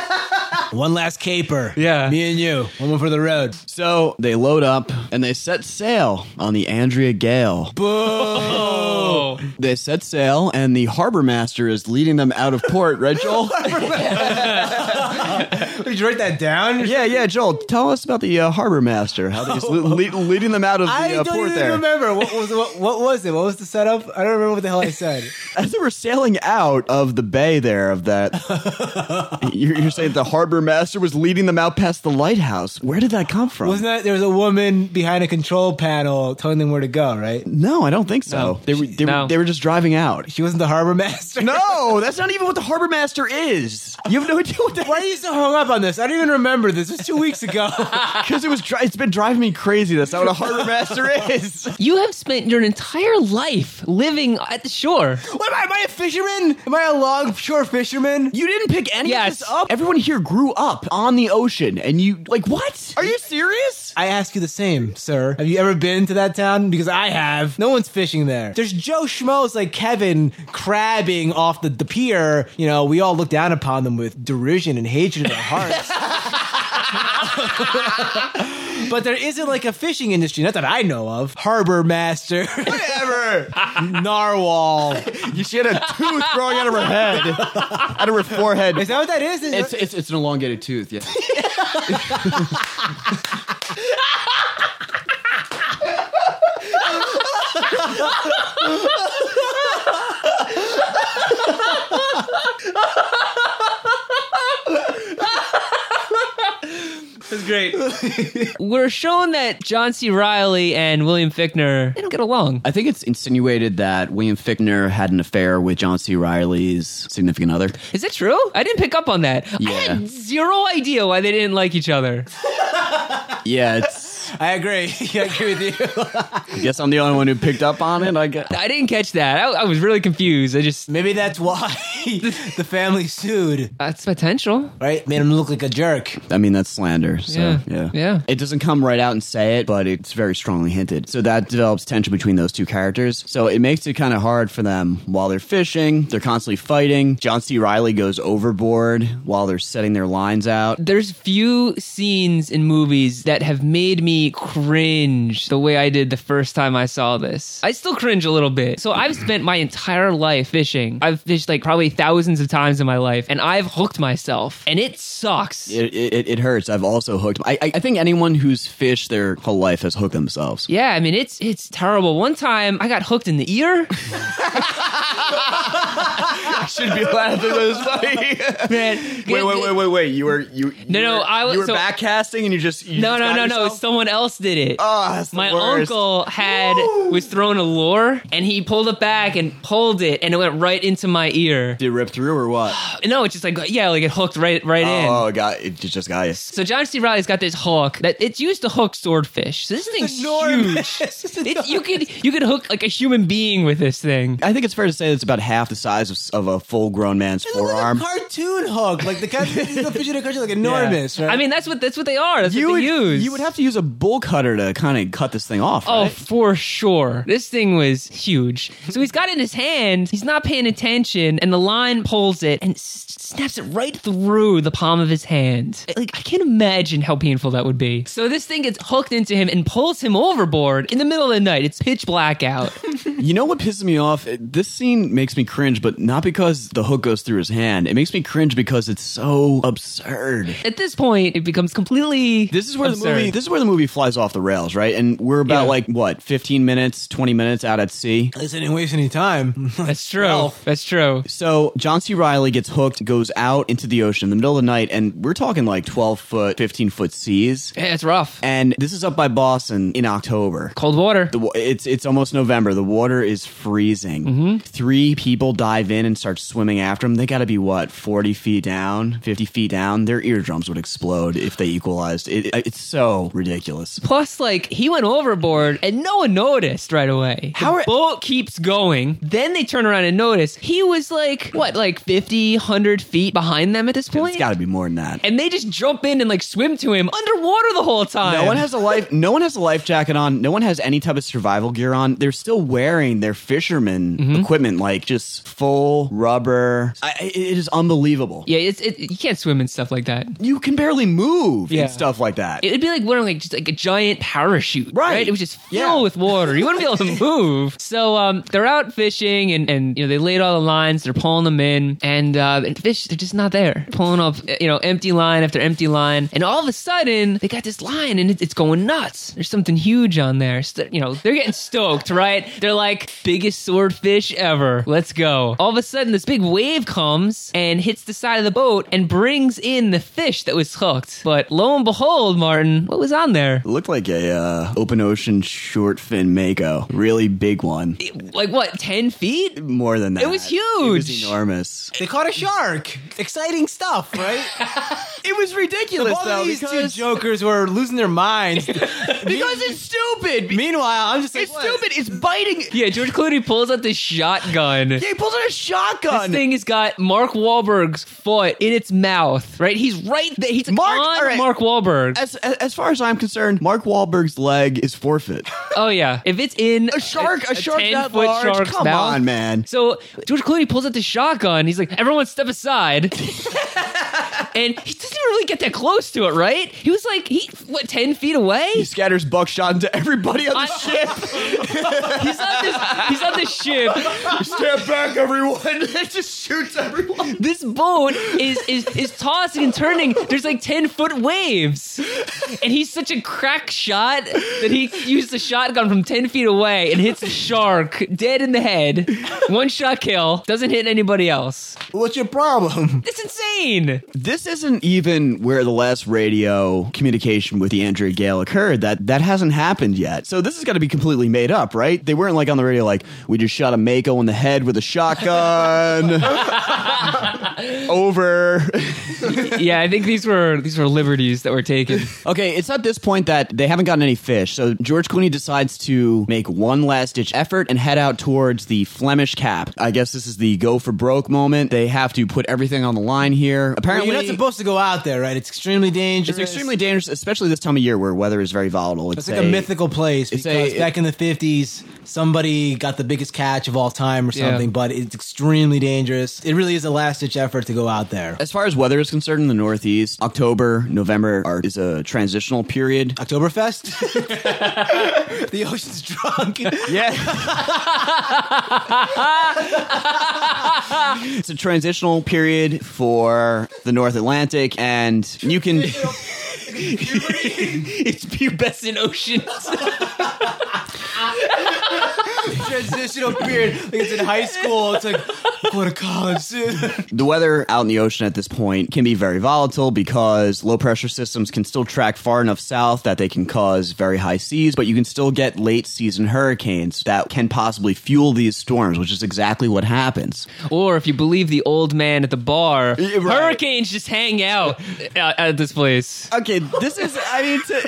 Speaker 1: One last caper.
Speaker 3: Yeah.
Speaker 1: Me and you. One more for the road.
Speaker 4: So they load up and they set sail on the Andrea Gale.
Speaker 3: oh.
Speaker 4: They set sail, and the harbor master is leading them out of port, right, Joel?
Speaker 1: Did you write that down?
Speaker 4: yeah, yeah, Joel. Tell us about the uh, harbor master. How he's le- le- leading them out of the
Speaker 1: I
Speaker 4: uh,
Speaker 1: don't
Speaker 4: port
Speaker 1: even
Speaker 4: there.
Speaker 1: remember what was what, what was it? What was the setup? I don't remember what the hell I said.
Speaker 4: As they were sailing out of the bay there, of that, you're, you're saying the harbor master was leading them out past the lighthouse. Where did that come from?
Speaker 1: Wasn't that there was a woman behind a control panel telling them where to go? Right?
Speaker 4: no, I don't think so.
Speaker 3: No.
Speaker 4: They were they,
Speaker 3: No.
Speaker 4: were they were just driving out.
Speaker 1: She wasn't the harbor master.
Speaker 4: No, that's not even what the harbor master is. You have no idea what that
Speaker 1: Why are you so hung up on this? I don't even remember this. It was two weeks ago.
Speaker 4: Because it was, dri- it's been driving me crazy. That's not what a harbor master is.
Speaker 3: You have spent your entire life living at the shore.
Speaker 1: what am I? Am I a fisherman? Am I a longshore fisherman?
Speaker 4: You didn't pick any
Speaker 3: Yes.
Speaker 4: of this up. Everyone here grew up on the ocean, and you like what? Are you serious?
Speaker 1: I ask you the same, sir. Have you ever been to that town? Because I have. No one's fishing there. There's Joe Schmoes like Kevin crabbing off the, the pier. You know, we all look down upon them with derision and hatred in our hearts. but there isn't like a fishing industry, not that I know of. Harbor master,
Speaker 4: Whatever.
Speaker 1: narwhal.
Speaker 4: you, she had a tooth growing out of her head, out of her forehead.
Speaker 1: Is that what that is? Is-
Speaker 2: It's, it's, it's an elongated tooth, yeah.
Speaker 3: That's great. We're shown that John C. Riley and William Fickner they don't get along.
Speaker 2: I think it's insinuated that William Fickner had an affair with John C. Riley's significant other.
Speaker 3: Is that true? I didn't pick up on that. I
Speaker 2: Yeah.
Speaker 3: had zero idea why they didn't like each other.
Speaker 2: Yeah, it's.
Speaker 1: I agree. I agree with you.
Speaker 4: I guess I'm the only one who picked up on it. I guess.
Speaker 3: I didn't catch that. I, I was really confused. I just
Speaker 1: Maybe that's why the family sued,
Speaker 3: that's potential.
Speaker 1: right? Made him look like a jerk.
Speaker 4: I mean, that's slander. So,
Speaker 3: Yeah.
Speaker 4: yeah.
Speaker 3: Yeah.
Speaker 4: It doesn't come right out and say it, but it's very strongly hinted. So that develops tension between those two characters. So it makes it kind of hard for them while they're fishing. They're constantly fighting. John C. Riley goes overboard while they're setting their lines out.
Speaker 3: There's few scenes in movies that have made me cringe the way I did the first time I saw this. I still cringe a little bit. So I've spent my entire life fishing. I've fished like probably thousands of times in my life, and I've hooked myself, and it sucks.
Speaker 4: It, it, it hurts. I've also hooked. I, I I think anyone who's fished their whole life has hooked themselves.
Speaker 3: Yeah, I mean it's it's terrible. One time I got hooked in the ear.
Speaker 4: I should be laughing, but it's funny.
Speaker 3: Man,
Speaker 4: wait, wait, wait, wait, wait. You were you?
Speaker 3: No,
Speaker 4: you
Speaker 3: no,
Speaker 4: were-
Speaker 3: I was-
Speaker 4: You were
Speaker 3: so-
Speaker 4: backcasting, and you just you
Speaker 3: No,
Speaker 4: just
Speaker 3: no,
Speaker 4: got
Speaker 3: no, no.
Speaker 4: yourself?
Speaker 3: Someone else did it.
Speaker 4: Oh, that's the
Speaker 3: my
Speaker 4: worst.
Speaker 3: uncle had was throwing a lure and he pulled it back and pulled it and it went right into my ear.
Speaker 4: Did it rip through or what?
Speaker 3: No, it just like yeah, like it hooked right right in.
Speaker 4: Oh, god, it ju- just got you.
Speaker 3: So John C. Riley's got this hook that it's used to hook swordfish. So this thing's huge. It, you could you could hook like a human being with this thing.
Speaker 4: I think it's fair to say it's about half the size of, s- of a full grown man's
Speaker 1: It looked
Speaker 4: forearm.
Speaker 1: Like a cartoon hook, like the kind the fish in a cartoon, like enormous, right?
Speaker 3: I mean that's what that's what they are. That's
Speaker 4: you
Speaker 3: what
Speaker 4: would
Speaker 3: they use.
Speaker 4: you would have to use a bull cutter to kind of cut this thing off.
Speaker 3: Oh,
Speaker 4: right?
Speaker 3: for sure. This thing was huge. So he's got it in his hand. He's not paying attention, and the Devon pulls it and s- snaps it right through the palm of his hand. Like, I can't imagine how painful that would be. So this thing gets hooked into him and pulls him overboard in the middle of the night. It's pitch black out.
Speaker 4: You know what pisses me off? It- This scene makes me cringe, but not because the hook goes through his hand. It makes me cringe because it's so absurd.
Speaker 3: At this point, it becomes completely.
Speaker 4: This is where the
Speaker 3: absurd.
Speaker 4: movie this is where the movie flies off the rails, right? And we're about
Speaker 3: Yeah.
Speaker 4: like what, 15 minutes, 20 minutes out at sea.
Speaker 1: Listen, didn't waste any time.
Speaker 3: That's true.
Speaker 4: Well-
Speaker 3: That's true.
Speaker 4: So John C. Riley gets hooked, goes out into the ocean in the middle of the night, and we're talking like 12 foot, 15 foot seas.
Speaker 3: Yeah, it's rough.
Speaker 4: And this is up by Boston in October.
Speaker 3: Cold water.
Speaker 4: The, wa- it's it's almost November. The water is freezing.
Speaker 3: Mm-hmm.
Speaker 4: Three people dive in and start swimming after them. They got to be what forty feet down, fifty feet down. Their eardrums would explode if they equalized. It, it's so ridiculous.
Speaker 3: Plus, like he went overboard and no one noticed right away. The
Speaker 4: How are-
Speaker 3: boat keeps going. Then they turn around and notice he was like what, like 50, 100 feet behind them at this
Speaker 4: It's
Speaker 3: point.
Speaker 4: got to be more than that.
Speaker 3: and they just jump in and like swim to him underwater the whole time.
Speaker 4: No one has a life. No one has a life jacket on. No one has any type of survival gear on. They're still wearing their fisherman
Speaker 3: Mm-hmm.
Speaker 4: equipment, like just full rubber. I, I- it is unbelievable.
Speaker 3: Yeah, it's it, you can't swim and stuff like that.
Speaker 4: You can barely move
Speaker 3: Yeah.
Speaker 4: and stuff like that.
Speaker 3: It'd be like wearing like just like a giant parachute,
Speaker 4: Right.
Speaker 3: It was just filled
Speaker 4: Yeah.
Speaker 3: with water. You wouldn't be able to move. So um, they're out fishing, and and you know they laid all the lines. They're pulling them in, and uh, and fish they're just not there. Pulling up eh, you know empty line after empty line, and all of a sudden they got this line, and it, it's going nuts. There's something huge on there. So, you know they're getting stoked, right? They're like biggest swordfish ever. Let's go. All of a sudden this big wave comes and hits the side of the boat and brings in the fish that was hooked. But lo and behold, Martin, what was on there?
Speaker 4: It looked like a uh, open ocean short fin mako, really big one.
Speaker 3: like what 10 feet
Speaker 4: More than that,
Speaker 3: was
Speaker 4: It was
Speaker 3: huge.
Speaker 4: enormous.
Speaker 1: They caught a shark. Exciting stuff, right?
Speaker 4: It was ridiculous
Speaker 1: Both
Speaker 4: though
Speaker 1: of these two
Speaker 4: because
Speaker 1: jokers were losing their minds.
Speaker 4: because it's stupid.
Speaker 1: Meanwhile, I'm just like,
Speaker 4: it's
Speaker 1: what?
Speaker 4: stupid. It's biting.
Speaker 3: yeah george clooney pulls out this shotgun
Speaker 4: Yeah, he pulls out a
Speaker 3: This
Speaker 4: shotgun.
Speaker 3: thing has got Mark Wahlberg's foot in its mouth, right? He's right there. He's like,
Speaker 4: Mark-
Speaker 3: on
Speaker 4: all right.
Speaker 3: Mark Wahlberg.
Speaker 4: as, as as far as I'm concerned, Mark Wahlberg's leg is forfeit.
Speaker 3: oh yeah, if it's in
Speaker 4: A shark, a, shark
Speaker 3: 10
Speaker 4: that
Speaker 3: foot
Speaker 4: large.
Speaker 3: shark's
Speaker 4: Come
Speaker 3: mouth.
Speaker 4: on, man.
Speaker 3: So George Clooney pulls out the shotgun. He's like, everyone step aside. and he doesn't even really get that close to it, right? He was like, he what, ten feet away?
Speaker 4: He scatters buckshot into everybody on the
Speaker 3: I-
Speaker 4: ship.
Speaker 3: He's on this he's on this ship.
Speaker 4: Step back, everyone! it just shoots everyone.
Speaker 3: this boat is is is tossing and turning. There's like ten foot waves, and he's such a crack shot that he used the shotgun from ten feet away and hits a shark dead in the head. One shot kill doesn't hit anybody else.
Speaker 1: What's your problem?
Speaker 3: It's insane.
Speaker 4: This isn't even where the last radio communication with the Andrea Gale occurred. That that hasn't happened yet. So this has got to be completely made up, right? They weren't like on the radio, like we just shot a Mako in the head with a shotgun. Over.
Speaker 3: Yeah, I think these were these were liberties that were taken.
Speaker 4: Okay, it's at this point that they haven't gotten any fish, so George Clooney decides to make one last ditch effort and head out towards the Flemish Cap. I guess this is the go for broke moment. They have to put everything on the line here. Apparently,
Speaker 1: You're not supposed to go out there, right? It's extremely dangerous.
Speaker 4: it's extremely dangerous, especially this time of year where weather is very volatile.
Speaker 1: It's like a mythical place
Speaker 4: it's
Speaker 1: because
Speaker 4: a-
Speaker 1: back in the fifties, somebody got the biggest catch of all time or
Speaker 3: Yeah.
Speaker 1: something. But it's extremely dangerous. It really is a last ditch effort to go out there.
Speaker 4: As far as weather is concerned in the Northeast, October, November are, is a transitional period.
Speaker 1: Oktoberfest. the ocean's drunk.
Speaker 4: Yeah. it's a transitional period for the North Atlantic, and you can.
Speaker 3: It's pubescent oceans.
Speaker 1: Transitional period. Like it's in high school. It's like go to college soon.
Speaker 4: The weather out in the ocean at this point can be very volatile because low pressure systems can still track far enough south that they can cause very high seas, but you can still get late season hurricanes that can possibly fuel these storms, which is exactly what happens.
Speaker 3: Or if you believe the old man at the bar,
Speaker 4: Yeah, right.
Speaker 3: hurricanes just hang out at, at this place.
Speaker 4: Okay, this is. I mean, to,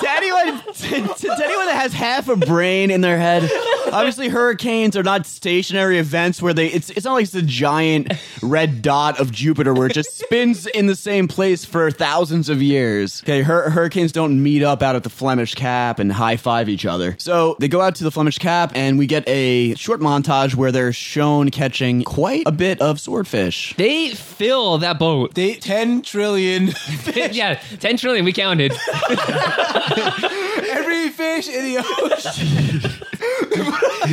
Speaker 4: to anyone, to, to anyone that has half a brain in their head, Obviously, hurricanes are not stationary events where they. It's it's not like it's a giant red dot of Jupiter where it just spins in the same place for thousands of years. Okay, hur- hurricanes don't meet up out at the Flemish Cap and high five each other. So they go out to the Flemish Cap, and we get a short montage where they're shown catching quite a bit of swordfish.
Speaker 3: They fill that boat.
Speaker 1: They ten trillion
Speaker 3: yeah, 10 trillion. We counted.
Speaker 1: every fish in the ocean.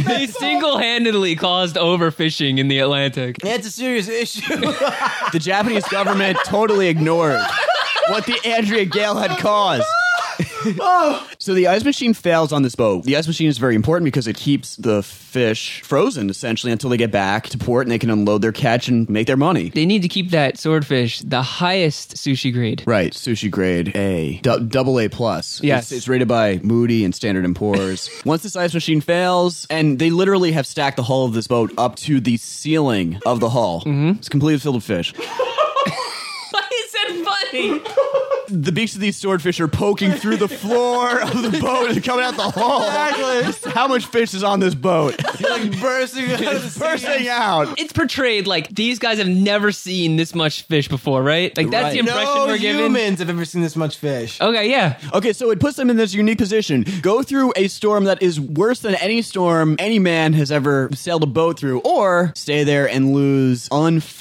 Speaker 3: they single handedly caused overfishing in the Atlantic.
Speaker 1: That's a serious issue.
Speaker 4: The Japanese government totally ignored what the Andrea Gale had caused. so the ice machine fails on this boat. The ice machine is very important because it keeps the fish frozen essentially until they get back to port and they can unload their catch and make their money.
Speaker 3: They need to keep that swordfish the highest sushi grade.
Speaker 4: Right, sushi grade A, du- double A plus.
Speaker 3: Yes.
Speaker 4: it's, it's rated by Moody and Standard and Poor's. Once this ice machine fails, and they literally have stacked the hull of this boat up to the ceiling of the hull. It's completely filled with fish.
Speaker 3: Why is that funny?
Speaker 4: the beaks of these swordfish are poking through the floor of the boat and coming out the hole. Exactly. How much fish is on this boat?
Speaker 1: like bursting out of the
Speaker 4: Bursting out.
Speaker 3: It's portrayed like these guys have never seen this much fish before, right? Like that's the
Speaker 4: Right.
Speaker 3: impression
Speaker 1: No
Speaker 3: we're given.
Speaker 1: humans have ever seen this much fish.
Speaker 3: Okay, yeah.
Speaker 4: Okay, so it puts them in this unique position. Go through a storm that is worse than any storm any man has ever sailed a boat through, or stay there and lose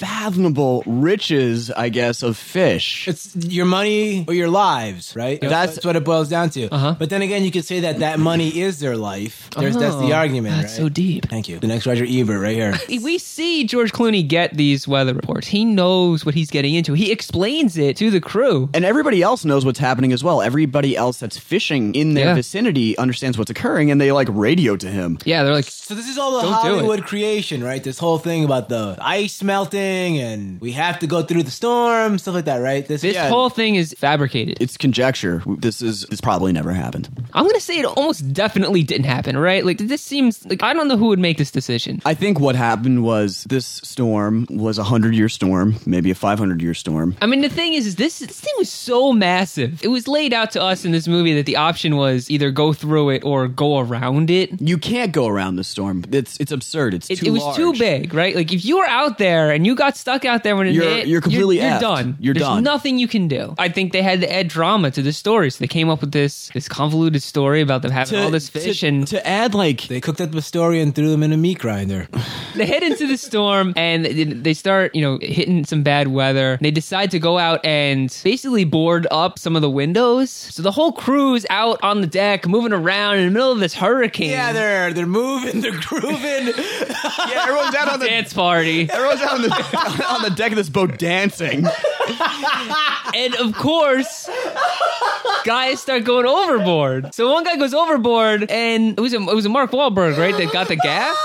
Speaker 4: unfathomable riches, I guess, of fish.
Speaker 1: It's your money or your lives, right?
Speaker 4: That's-
Speaker 1: That's, what it boils down to.
Speaker 3: Uh-huh.
Speaker 1: But then again, you could say that that money is their life. There's, that's the
Speaker 3: Oh,
Speaker 1: argument,
Speaker 3: That's
Speaker 1: right?
Speaker 3: so deep.
Speaker 1: Thank you. The next Roger Ebert right here.
Speaker 3: We see George Clooney get these weather reports. He knows what he's getting into. He explains it to the crew.
Speaker 4: And everybody else knows what's happening as well. Everybody else that's fishing in their
Speaker 3: Yeah.
Speaker 4: vicinity understands what's occurring and they like radio to him.
Speaker 3: Yeah, they're like,
Speaker 1: So this is all the
Speaker 3: Don't do it.
Speaker 1: Hollywood creation, right? This whole thing about the ice melting and we have to go through the storm, stuff like that, right? This,
Speaker 3: this
Speaker 1: yeah.
Speaker 3: whole thing is fabricated.
Speaker 4: it's conjecture. This is this probably never happened.
Speaker 3: I'm gonna say it almost definitely didn't happen, right? Like this seems like I don't know who would make this decision.
Speaker 4: I think what happened was this storm was a hundred year storm, maybe a five hundred year storm.
Speaker 3: I mean, the thing is, is this this thing was so massive. It was laid out to us in this movie that the option was either go through it or go around it.
Speaker 4: You can't go around the storm. It's it's absurd. It's
Speaker 3: It,
Speaker 4: too
Speaker 3: it was
Speaker 4: large.
Speaker 3: too big, right? Like if you were out there and you got stuck out there when it
Speaker 4: You're-
Speaker 3: hit,
Speaker 4: you're completely
Speaker 3: you're,
Speaker 4: effed.
Speaker 3: done.
Speaker 4: You're
Speaker 3: There's
Speaker 4: done.
Speaker 3: Nothing you can do. I think they had to add drama to the story, so they came up with this this convoluted story about them having
Speaker 4: To-
Speaker 3: all this
Speaker 4: to-
Speaker 3: fish and
Speaker 4: to add like
Speaker 1: They cooked up the story and threw them in a meat grinder.
Speaker 3: they head into the storm and they- they start, you know, hitting some bad weather. They decide to go out and basically board up some of the windows. So the whole crew's out on the deck, moving around in the middle of this hurricane.
Speaker 1: yeah, they're they're moving, they're grooving.
Speaker 4: yeah, everyone's out on the
Speaker 3: dance party.
Speaker 4: everyone's out on the on the deck of this boat dancing.
Speaker 3: And of course, guys start going overboard. So one guy goes overboard and it was a, it was a Mark Wahlberg, right? That got the gaff.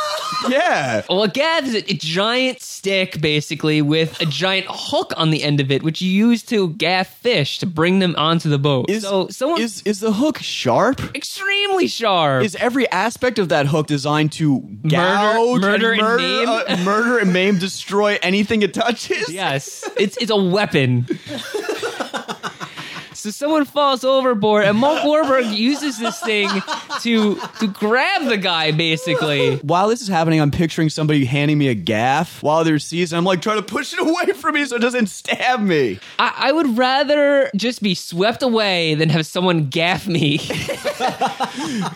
Speaker 4: Yeah,
Speaker 3: Well, a gaff is a, a giant stick, basically, with a giant hook on the end of it, which you use to gaff fish to bring them onto the boat.
Speaker 4: is
Speaker 3: so someone
Speaker 4: is is the hook sharp?
Speaker 3: extremely sharp.
Speaker 4: Is every aspect of that hook designed to gouge
Speaker 3: murder and
Speaker 4: murder,
Speaker 3: maim?
Speaker 4: uh, murder and maim, destroy anything it touches?
Speaker 3: yes, it's it's a weapon. So someone falls overboard, and Mark Warburg uses this thing to to grab the guy, basically.
Speaker 4: While this is happening, I'm picturing somebody handing me a gaff while they're seized. I'm like trying to push it away from me so it doesn't stab me.
Speaker 3: I, I would rather just be swept away than have someone gaff me.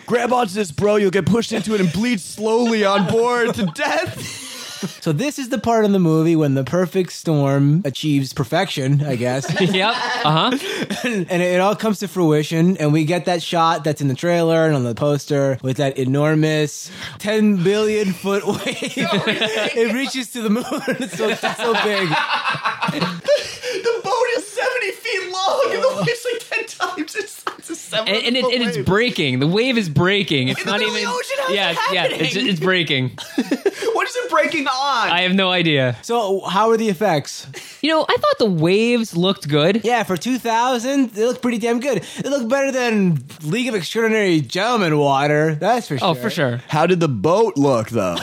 Speaker 4: Grab onto this, bro. You'll get pushed into it and bleed slowly on board to death.
Speaker 1: so this is the part of the movie when the perfect storm achieves perfection, I guess.
Speaker 3: yep. Uh huh.
Speaker 1: and it all comes to fruition and we get that shot that's in the trailer and on the poster with that enormous 10 billion foot wave it reaches to the moon it's so, it's so big
Speaker 4: The boat is 70 feet long and the wave's like 10 times its size. It's seven
Speaker 3: and, and, it, and it's breaking. The wave is breaking. It's
Speaker 4: In the
Speaker 3: not
Speaker 4: middle of
Speaker 3: even.
Speaker 4: the ocean, how's
Speaker 3: yeah,
Speaker 4: that
Speaker 3: yeah. It's,
Speaker 4: happening?
Speaker 3: it's breaking.
Speaker 4: what is it breaking on?
Speaker 3: I have no idea.
Speaker 1: so how are the effects
Speaker 3: You know, I thought the waves looked good.
Speaker 1: yeah for 2000 they look pretty damn good they look better than league of extraordinary gentlemen water that's Oh, for sure
Speaker 3: Oh, for sure.
Speaker 4: How did the boat look, though?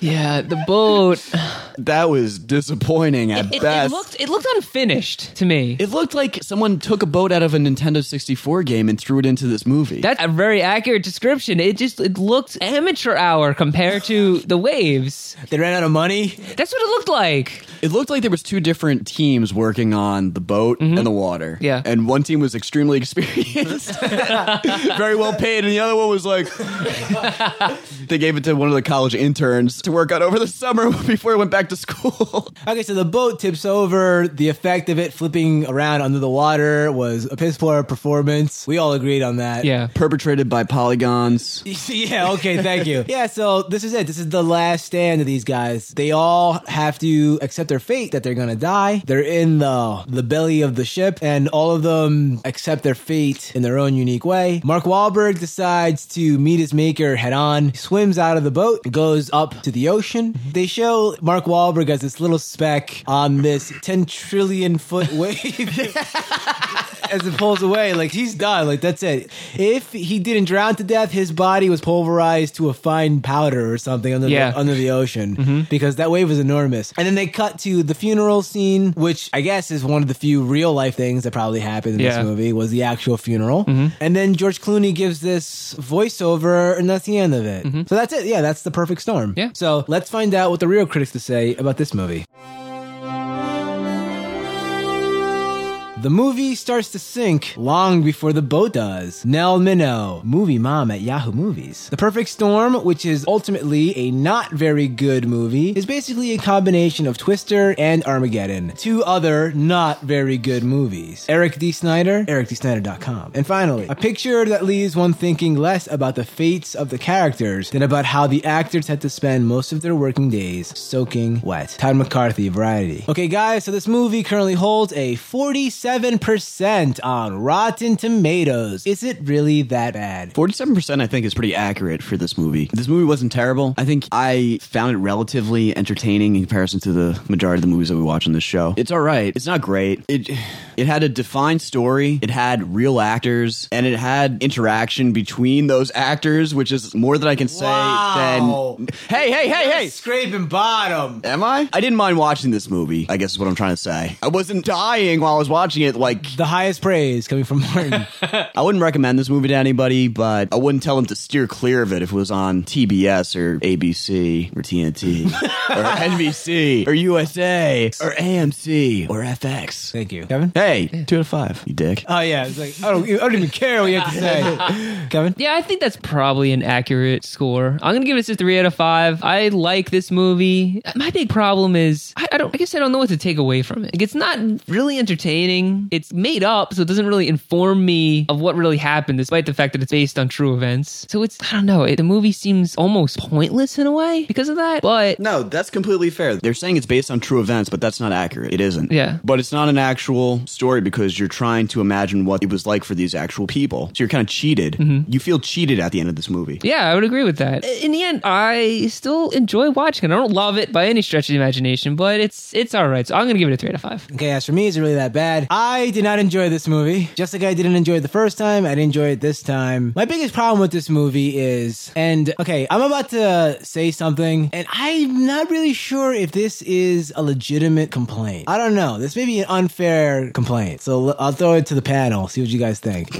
Speaker 3: Yeah, the boat.
Speaker 4: That was disappointing at
Speaker 3: It, it
Speaker 4: best.
Speaker 3: looked it looked unfinished to me.
Speaker 4: It looked like someone took a boat out of a Nintendo 64 game and threw it into this movie.
Speaker 3: That's a very accurate description. It just it looked amateur hour compared to the waves.
Speaker 1: They ran out of money.
Speaker 3: That's what it looked like.
Speaker 4: it looked like there was two different teams working on the boat and the water.
Speaker 3: Yeah.
Speaker 4: And one team was extremely experienced, very well paid, and the other one was like they gave it to one of the college interns to work on over the summer before he went back to school.
Speaker 1: Okay, so the boat tips over. The effect of it flipping around under the water was a piss poor performance. We all agreed on that.
Speaker 3: Yeah.
Speaker 4: Perpetrated by polygons.
Speaker 1: yeah, okay, thank you. Yeah, so this is it. This is the last stand of these guys. They all have to accept their fate that they're gonna die. They're in the the belly of the ship, and all of them accept their fate in their own unique way. Mark Wahlberg decides to meet his maker head on, He swims out of the boat, goes up to the ocean. They show Mark Wahlberg as this little speck on this 10 trillion foot wave as it pulls away, like he's done. Like that's it. If he didn't drown to death, his body was pulverized to a fine powder or something under
Speaker 3: Yeah. Mm-hmm.
Speaker 1: the under the ocean because that wave was enormous. And then they cut to the funeral scene, which I guess is one of the few real life things that probably happened in
Speaker 3: Yeah. Mm-hmm.
Speaker 1: this movie was the actual funeral. And then George Clooney gives this voiceover, and that's the end of it. So that's it. Yeah, that's the perfect storm.
Speaker 3: Mm-hmm. Yeah.
Speaker 1: So let's find out what the real critics to say about this movie. The movie starts to sink long before the boat does. Nell Minow, movie mom at Yahoo Movies. The Perfect Storm, which is ultimately a not very good movie, is basically a combination of Twister and Armageddon, two other not very good movies. Eric D. Snyder, ericdsnyder.com. And finally, a Um, picture that leaves one thinking less about the fates of the characters than about how the actors had to spend most of their working days soaking wet. Todd McCarthy, Variety. Okay, guys, so this movie currently holds a 47% on Rotten Tomatoes. Is it really that bad?
Speaker 4: 47% I think is pretty accurate for this movie. This movie wasn't terrible. I think I found it relatively entertaining in comparison to the majority of the movies that we watch on this show. It's all right. It's not great. It it had a defined story. It had real actors and it had interaction between those actors, which is more than I can say
Speaker 1: Wow.
Speaker 4: than Hey, hey, hey, hey.
Speaker 1: Scraping bottom.
Speaker 4: Am I? I didn't mind watching this movie. I guess is what I'm trying to say. I wasn't dying while I was watching it like
Speaker 1: The highest praise coming from Martin.
Speaker 4: I wouldn't recommend this movie to anybody, but I wouldn't tell them to steer clear of it if it was on TBS or ABC or TNT or NBC or USA or AMC or FX.
Speaker 1: Thank you. Kevin?
Speaker 4: Hey, two out of five, you dick.
Speaker 1: Oh, yeah. It's like, I don't, I don't even care what you have to say. Kevin?
Speaker 3: Yeah, I think that's probably an accurate score. I'm gonna give it a three out of five. I like this movie. My big problem is I, I don't. I guess I don't know what to take away from it. Like, it's not really entertaining. It's made up, so it doesn't really inform me of what really happened, despite the fact that it's based on true events. So it's I don't know. It, the movie seems almost pointless in a way because of that. But
Speaker 4: No, that's completely fair. They're saying it's based on true events, but that's not accurate. It isn't.
Speaker 3: Yeah.
Speaker 4: But it's not an actual story because you're trying to imagine what it was like for these actual people. So you're kind of cheated. You feel cheated at the end of this movie.
Speaker 3: Yeah, I would agree with that. In the end, I still enjoy watching it. I don't love it by any stretch of the imagination, but it's it's all right. So I'm gonna give it a three out of five.
Speaker 1: Okay, as for me, is it really that bad? I did not enjoy this movie. Just like I didn't enjoy it the first time, I didn't enjoy it this time. My biggest problem with this movie is, and okay, I'm about to say something, and I'm not really sure if this is a legitimate complaint. I don't know. This may be an unfair complaint. So l- I'll throw it to the panel, see what you guys think.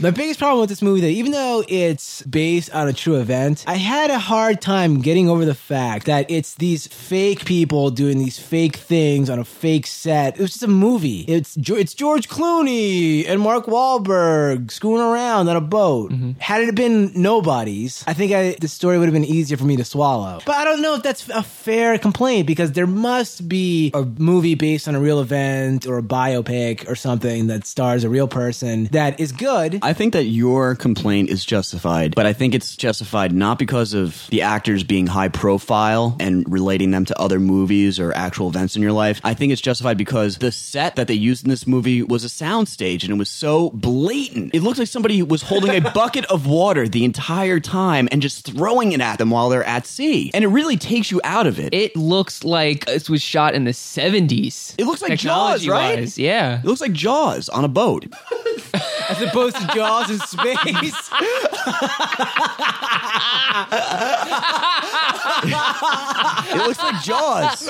Speaker 1: My biggest problem with this movie, though, even though it's based on a true event, I had a hard time getting over the fact that it's these fake people doing these fake things on a fake set. It was just a movie. It's Ge- it's George Clooney and Mark Wahlberg screwing around on a boat. Had it been nobodies, I think I, the story would have been easier for me to swallow. But I don't know if that's a fair complaint because there must be a movie based on a real event or a biopic or something that stars a real person that is good.
Speaker 4: I think that your complaint is justified, but I think it's justified not because of the actors being high profile and relating them to other movies or actual events in your life. I think it's justified because the set that they used in this movie was a soundstage and it was so blatant. It looked like somebody was holding a bucket of water the entire time and just throwing it at them while they're at sea. And it really takes you out of it. It,
Speaker 3: It looks like it was shot in the 70s.
Speaker 4: looks like Jaws, right?
Speaker 3: Technology-wise, Yeah.
Speaker 4: looks like Jaws on a boat.
Speaker 1: as opposed to Jaws in space.
Speaker 4: It looks like Jaws.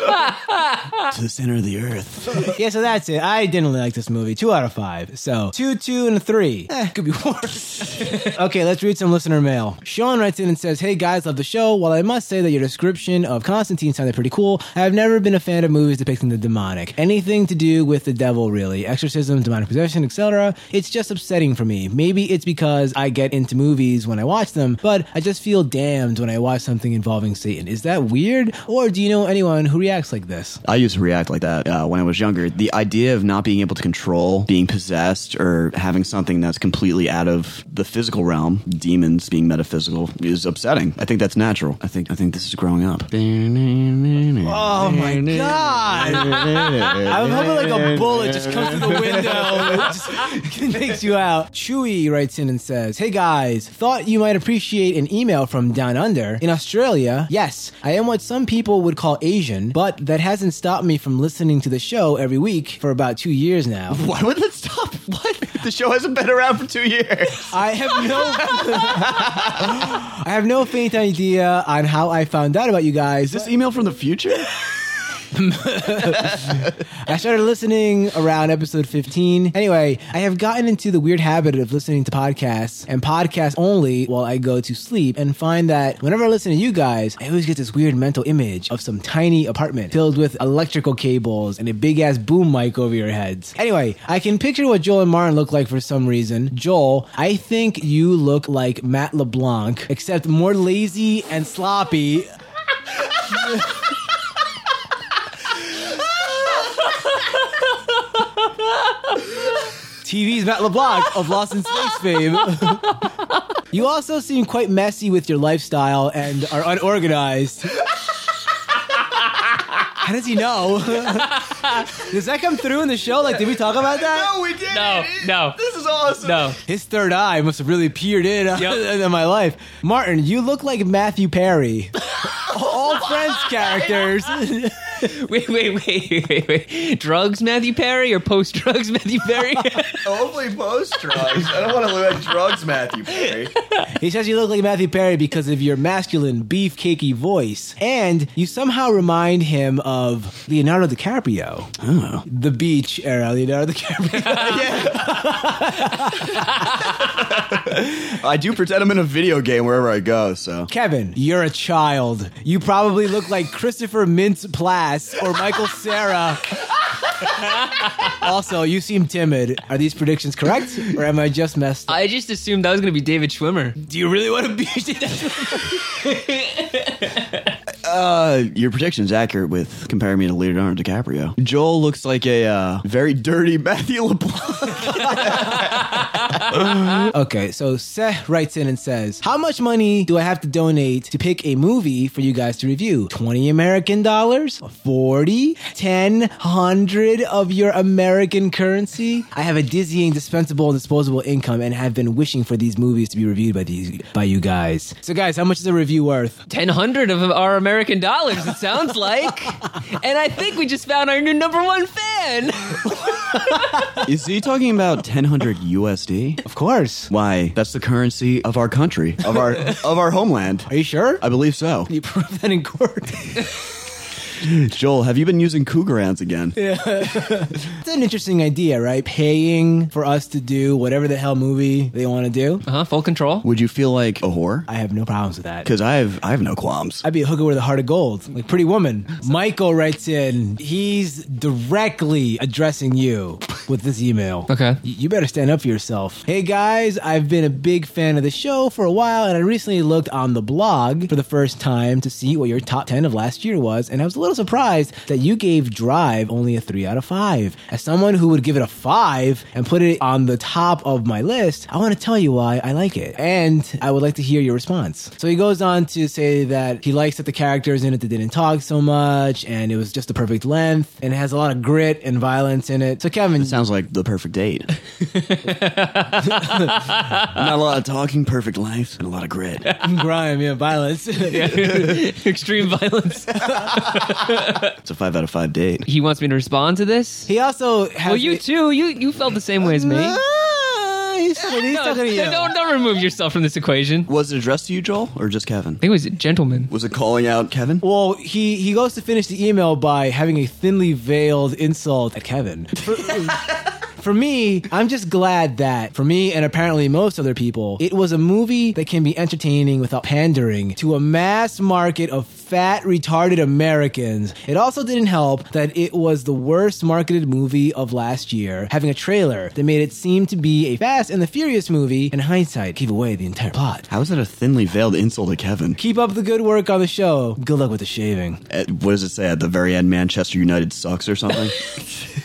Speaker 4: to the center of the earth.
Speaker 1: yeah, so that's it. I didn't really like this movie. Two out of five. So two, two, and a three. Eh, could be worse. okay, let's read some listener mail. Sean writes in and says, Hey guys, love the show. While I must say that your description of Constantine sounded pretty cool, I have never been a fan of movies depicting the demonic. Anything to do with the devil, really. Exorcism, demonic possession, etc. It's just upsetting for me. Maybe it's because I get into movies when I watch them, but I just feel damned when I watch something involving Satan. Is that weird? Or do you know anyone who reacts like this?
Speaker 4: I used to react like that uh, when I was younger. The idea of not being able to control being possessed or having something that's completely out of the physical realm, demons being metaphysical, is upsetting. I think that's natural. I think I think this is growing up.
Speaker 1: Oh my god! I'm hoping like a bullet just comes through the window and just takes you out. Chewy writes in and says, Hey guys, thought you might appreciate an email from Down Under. In Australia, yes, I am what some people would call Asian, but that hasn't stopped me from listening to the show every week for about two years now.
Speaker 4: Why would that stop? What? The show hasn't been around for two years.
Speaker 1: I have no I have no faint idea on how I found out about you guys.
Speaker 4: Is this email from the future?
Speaker 1: I started listening around episode 15. Anyway, I have gotten into the weird habit of listening to podcasts and podcasts only while I go to sleep and find that whenever I listen to you guys, I always get this weird mental image of some tiny apartment filled with electrical cables and a big ass boom mic over your heads. Anyway, I can picture what Joel and Martin look like for some reason. Joel, I think you look like Matt LeBlanc, except more lazy and sloppy. TV's Matt LeBlanc of Lost in Space fame. you also seem quite messy with your lifestyle and are unorganized. How does he know? does that come through in the show? Like, did we talk about that?
Speaker 4: we did.
Speaker 3: No, no. This
Speaker 4: is awesome.
Speaker 3: No.
Speaker 1: His third eye must have really peered in uh,
Speaker 3: Yep.
Speaker 1: in my life. Martin, you look like Matthew Perry. All Friends characters.
Speaker 3: Wait, wait, wait, wait, wait. Drugs, Matthew Perry, or post drugs, Matthew Perry?
Speaker 4: Hopefully, post drugs. I don't want to look at drugs, Matthew Perry.
Speaker 1: He says you look like Matthew Perry because of your masculine, beefcakey voice, and you somehow remind him of Leonardo DiCaprio.
Speaker 4: Oh.
Speaker 1: The beach era, Leonardo DiCaprio.
Speaker 4: I do pretend I'm in a video game wherever I go, so.
Speaker 1: Kevin, you're a child. You probably look like Christopher Mintz Plasse or Michael Sarah. also, you seem timid. Are these predictions correct, or am I just messed up?
Speaker 3: I just assumed that was going to be David Schwimmer.
Speaker 1: Do you really want to be?
Speaker 4: Uh, your prediction's accurate with comparing me to Leonardo DiCaprio. Joel looks like a uh, very dirty Matthew LeBlanc.
Speaker 1: Okay, so Seth writes in and says, How much money do I have to donate to pick a movie for you guys to review? 20 American dollars? 40? 10? 100 of your American currency? I have a dizzying dispensable and disposable income and have been wishing for these movies to be reviewed by these by you guys. So guys, how much is a review worth?
Speaker 3: 1000 of our American dollars, it sounds like. and I think we just found our new number one fan.
Speaker 4: Is he talking about 1000 USD?
Speaker 1: Of course.
Speaker 4: Why? That's the currency of our country, of our of our homeland.
Speaker 1: Are you sure?
Speaker 4: I believe so.
Speaker 1: you prove that in court.
Speaker 4: Joel, have you been using Cougarans again?
Speaker 1: It's an interesting idea, right? Paying for us to do whatever the hell movie they want to do.
Speaker 3: Uh huh, full control.
Speaker 4: Would you feel like a whore?
Speaker 1: I have no problems with that.
Speaker 4: Because I have I have no qualms.
Speaker 1: I'd be a hooker with a heart of gold, like Pretty Woman. Michael writes in, he's directly addressing you with this email.
Speaker 3: Okay.
Speaker 1: Y- You better stand up for yourself. Hey guys, I've been a big fan of the show for a while, and I recently looked on the blog for the first time to see what your top 10 of last year was, and I was a little surprised that you gave Drive only a 3 out of 5. As someone who would give it a 5 and put it on the top of my list, I want to tell you why I like it, and I would like to hear your response. So he goes on to say that he likes that the characters in it that didn't talk so much, and it was just the perfect length, and it has a lot of grit and violence in it. So Kevin,
Speaker 4: It sounds like the perfect date. Not a lot of talking, perfect life, and a lot of grit.
Speaker 1: grime, yeah, violence.
Speaker 3: Extreme violence.
Speaker 4: It's a five out of five date.
Speaker 3: He wants me to respond to this?
Speaker 1: He also has
Speaker 3: Well, you
Speaker 1: a-
Speaker 3: too. You you felt the same way as me.
Speaker 1: Nice. talking, he's
Speaker 3: No,
Speaker 1: talking to you.
Speaker 3: don't, don't remove yourself from this equation. I
Speaker 4: Was it addressed to you, Joel, or just Kevin?
Speaker 3: think it was gentleman.
Speaker 4: Was it calling out Kevin?
Speaker 1: Well, he, he goes to finish the email by having a thinly veiled insult at Kevin. For, for me, I'm just glad that, for me and apparently most other people, it was a movie that can be entertaining without pandering to a mass market of fat, retarded Americans. It also didn't help that it was the worst marketed movie of last year, having a trailer that made it seem to be a Fast and the Furious movie, and hindsight gave away the entire plot.
Speaker 4: How is that a thinly veiled insult to Kevin?
Speaker 1: Keep up the good work on the show. Good luck with the shaving.
Speaker 4: Uh, What does it say at the very end? Manchester United sucks or something?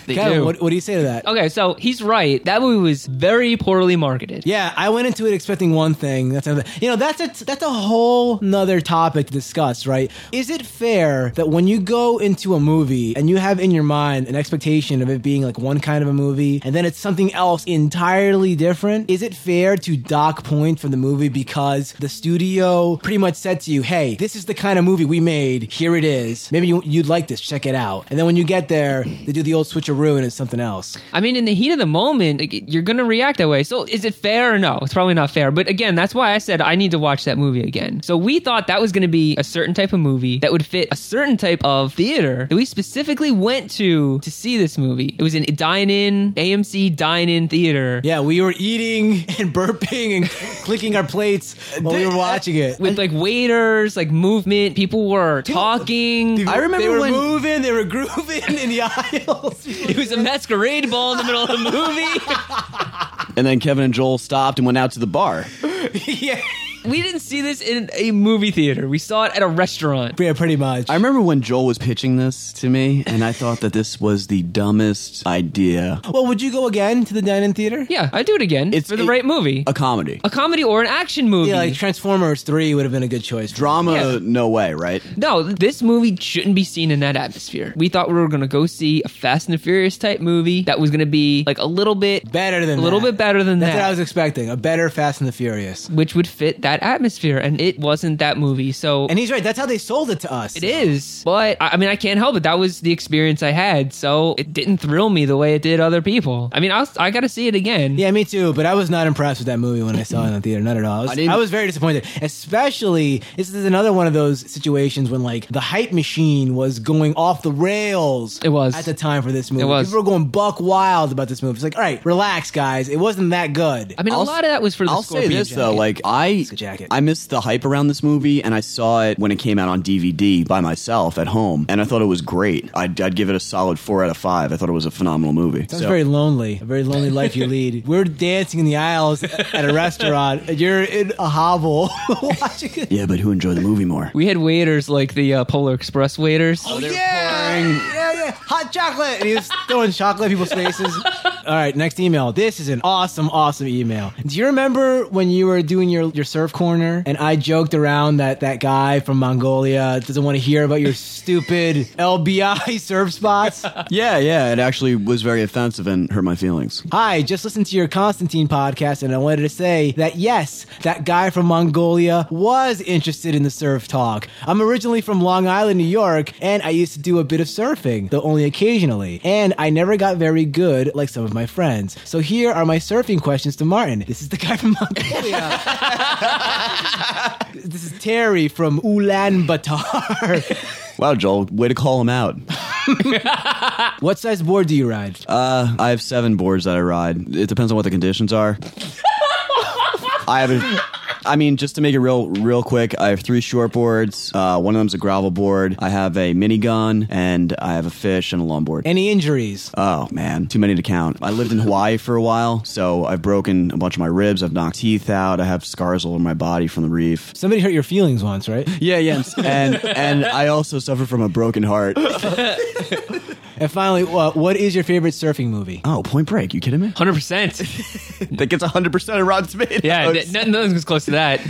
Speaker 3: They
Speaker 1: Kevin,
Speaker 3: do. Oh.
Speaker 1: what, what do you say to that?
Speaker 3: Okay, so he's right. That movie was very poorly marketed.
Speaker 1: Yeah, I went into it expecting one thing. That's another. You know, that's a that's a whole nother topic to discuss, right? Is it fair that when you go into a movie and you have in your mind an expectation of it being like one kind of a movie, and then it's something else entirely different? Is it fair to dock point for the movie because the studio pretty much said to you, "Hey, this is the kind of movie we made. Here it is. Maybe you, you'd like this. Check it out." And then when you get there, they do the old switcheroo and it's something else.
Speaker 3: I mean, in the heat of the moment, like, you're going to react that way. So is it fair or no? It's probably not fair. But again, that's why I said I need to watch that movie again. So we thought that was going to be a certain type of movie that would fit a certain type of theater that we specifically went to to see this movie. It was in a dine-in, AMC dine-in theater.
Speaker 1: Yeah, we were eating and burping and clicking our plates while we were watching it.
Speaker 3: With like waiters, like movement, people were talking.
Speaker 1: I remember
Speaker 4: They were
Speaker 1: when moving, they were grooving in the aisles.
Speaker 3: it was a masquerade ball in the middle of the movie.
Speaker 4: and then Kevin and Joel stopped and went out to the bar.
Speaker 1: yeah.
Speaker 3: We didn't see this in a movie theater. We saw it at a restaurant.
Speaker 1: yeah, pretty much.
Speaker 4: I remember when Joel was pitching this to me, and I thought that this was the dumbest idea.
Speaker 1: well, would you go again to the dining theater?
Speaker 3: Yeah, I do it again.
Speaker 4: It's
Speaker 3: It's for the
Speaker 4: a-
Speaker 3: right movie.
Speaker 4: A comedy.
Speaker 3: A comedy or an action movie.
Speaker 1: Yeah, like Transformers 3 would have been a good choice.
Speaker 4: Drama,
Speaker 3: Yeah.
Speaker 4: no way, right?
Speaker 3: no, this movie shouldn't be seen in that atmosphere. We thought we were going to go see a Fast and the Furious type movie that was going to be like a little bit
Speaker 1: better than
Speaker 3: a little
Speaker 1: that.
Speaker 3: bit better than
Speaker 1: That's
Speaker 3: that.
Speaker 1: what I was expecting. A better Fast and the Furious.
Speaker 3: which would fit that atmosphere, and it wasn't that movie. So
Speaker 1: And he's right. That's how they sold it to us.
Speaker 3: It is, but I I mean, I can't help it. That was the experience I had, so it didn't thrill me the way it did other people. I mean, I'll, I got to see it again.
Speaker 1: Yeah, me too. But I was not impressed with that movie when I saw it in the theater. Not at all. I was,
Speaker 4: I
Speaker 1: I,
Speaker 4: didn't-
Speaker 1: was very disappointed. Especially this is another one of those situations when like the hype machine was going off the rails.
Speaker 3: It was.
Speaker 1: at the time for this movie.
Speaker 3: It was.
Speaker 1: People were going buck wild about this movie. It's like, all right, relax, guys. It wasn't that good.
Speaker 3: I mean, a
Speaker 4: I'll-
Speaker 3: lot of that was for the
Speaker 4: I'll
Speaker 3: Scorpion
Speaker 4: say this though,
Speaker 3: jacket.
Speaker 4: like I,
Speaker 1: a jacket.
Speaker 4: I missed the hype around this movie, and I saw it when it came out on DVD by myself at home, and I thought it was great. I'd, I'd give it a solid four out of five. I thought it was a phenomenal movie.
Speaker 1: Sounds
Speaker 4: So-
Speaker 1: very lonely. A very lonely life you lead. We're dancing in the aisles at a restaurant. and You're in a hovel watching it.
Speaker 4: yeah, but who enjoyed the movie more?
Speaker 3: we had waiters like the uh, Polar Express waiters.
Speaker 1: Oh, yeah, yeah, yeah, hot chocolate. And he was throwing chocolate at people's faces. All right, next email. This is an awesome, awesome email. Do you remember when you were doing your, your surf corner and I joked around that that guy from Mongolia doesn't want to hear about your stupid LBI surf spots?
Speaker 4: Yeah, yeah, it actually was very offensive and hurt my feelings.
Speaker 1: Hi, just listened to your Constantine podcast and I wanted to say that yes, that guy from Mongolia was interested in the surf talk. I'm originally from Long Island, New York, and I used to do a bit of surfing, though only occasionally, and I never got very good like some of my friends. So here are my surfing questions to Martin. This is the guy from Mongolia. this is Terry from Ulaanbaatar.
Speaker 4: Wow, Joel, way to call him out.
Speaker 1: what size board do you ride?
Speaker 4: Uh, I have seven boards that I ride. It depends on what the conditions are. I have a. I mean, just to make it real, real quick, I have three short boards. Uh, one of them's a gravel board. I have a minigun, and I have a fish and a longboard.
Speaker 1: Any injuries?
Speaker 4: Oh man, too many to count. I lived in Hawaii for a while, so I've broken a bunch of my ribs. I've knocked teeth out. I have scars all over my body from the reef.
Speaker 1: Somebody hurt your feelings once, right?
Speaker 4: Yeah, yeah, and and I also suffer from a broken heart.
Speaker 1: And finally, uh, what is your favorite surfing movie?
Speaker 4: Oh, Point Break? You kidding me?
Speaker 3: Hundred percent.
Speaker 4: That gets hundred percent of Rotten Tomatoes.
Speaker 3: Yeah, th- no- nothing was close to that.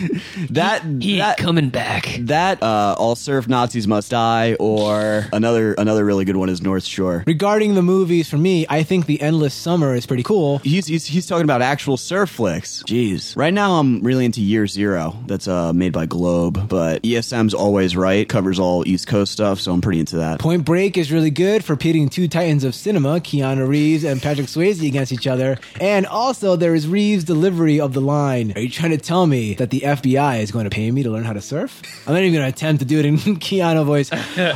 Speaker 4: that
Speaker 3: He
Speaker 4: that
Speaker 3: ain't coming back.
Speaker 4: that uh, all surf Nazis must die, or another another really good one is North Shore.
Speaker 1: Regarding the movies, for me, I think The Endless Summer is pretty cool.
Speaker 4: He's, he's he's talking about actual surf flicks. Jeez. Right now I'm really into Year Zero. That's uh made by Globe, E but ESM's always right covers all East Coast stuff, so I'm pretty into that.
Speaker 1: Point Break is really good for Peter pitting two titans of cinema, Keanu Reeves and Patrick Swayze, against each other. And also, there is Reeves' delivery of the line Are you trying to tell me that the FBI is going to pay me to learn how to surf? I'm not even going to attempt to do it in Keanu voice.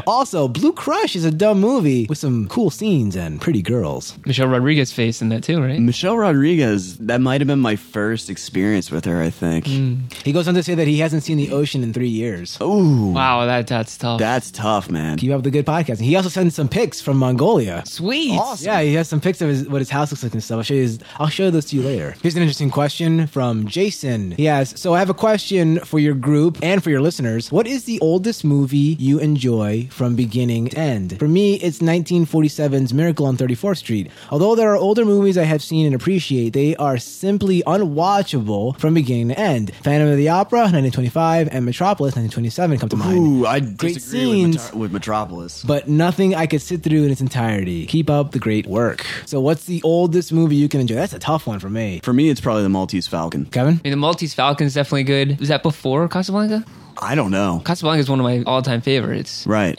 Speaker 1: also, Blue Crush is a dumb movie with some cool scenes and pretty girls.
Speaker 3: Michelle Rodriguez face in that too, right?
Speaker 4: Michelle Rodriguez, that might have been my first experience with her, I think.
Speaker 3: Mm.
Speaker 1: He goes on to say that he hasn't seen the ocean in three years.
Speaker 4: Ooh,
Speaker 3: Wow, that that's tough.
Speaker 4: that's tough, man.
Speaker 1: Keep up the good podcast. And he also sent some pics from Mongolia.
Speaker 3: Sweet.
Speaker 1: Yeah, he has some pics of his, what his house looks like and stuff. I'll show you. His, I'll show those to you later. Here's an interesting question from Jason. He asks, "So I have a question for your group and for your listeners. What is the oldest movie you enjoy from beginning to end? For me, it's 1947's Miracle on 34th Street. Although there are older movies I have seen and appreciate, they are simply unwatchable from beginning to end. Phantom of the Opera, 1925, and Metropolis, 1927, come to mind.
Speaker 4: Ooh, I
Speaker 1: Great
Speaker 4: disagree with,
Speaker 1: scenes.
Speaker 4: Metro- with Metropolis.
Speaker 1: but nothing I could sit through in its entirety. Keep up the great work. So, what's the oldest movie you can enjoy? That's a tough one for me.
Speaker 4: For me, it's probably the Maltese Falcon.
Speaker 1: Kevin?
Speaker 3: I mean, the Maltese Falcon is definitely good. Was that before Casablanca?
Speaker 4: I don't know.
Speaker 3: Casablanca is one of my all-time favorites.
Speaker 4: Right.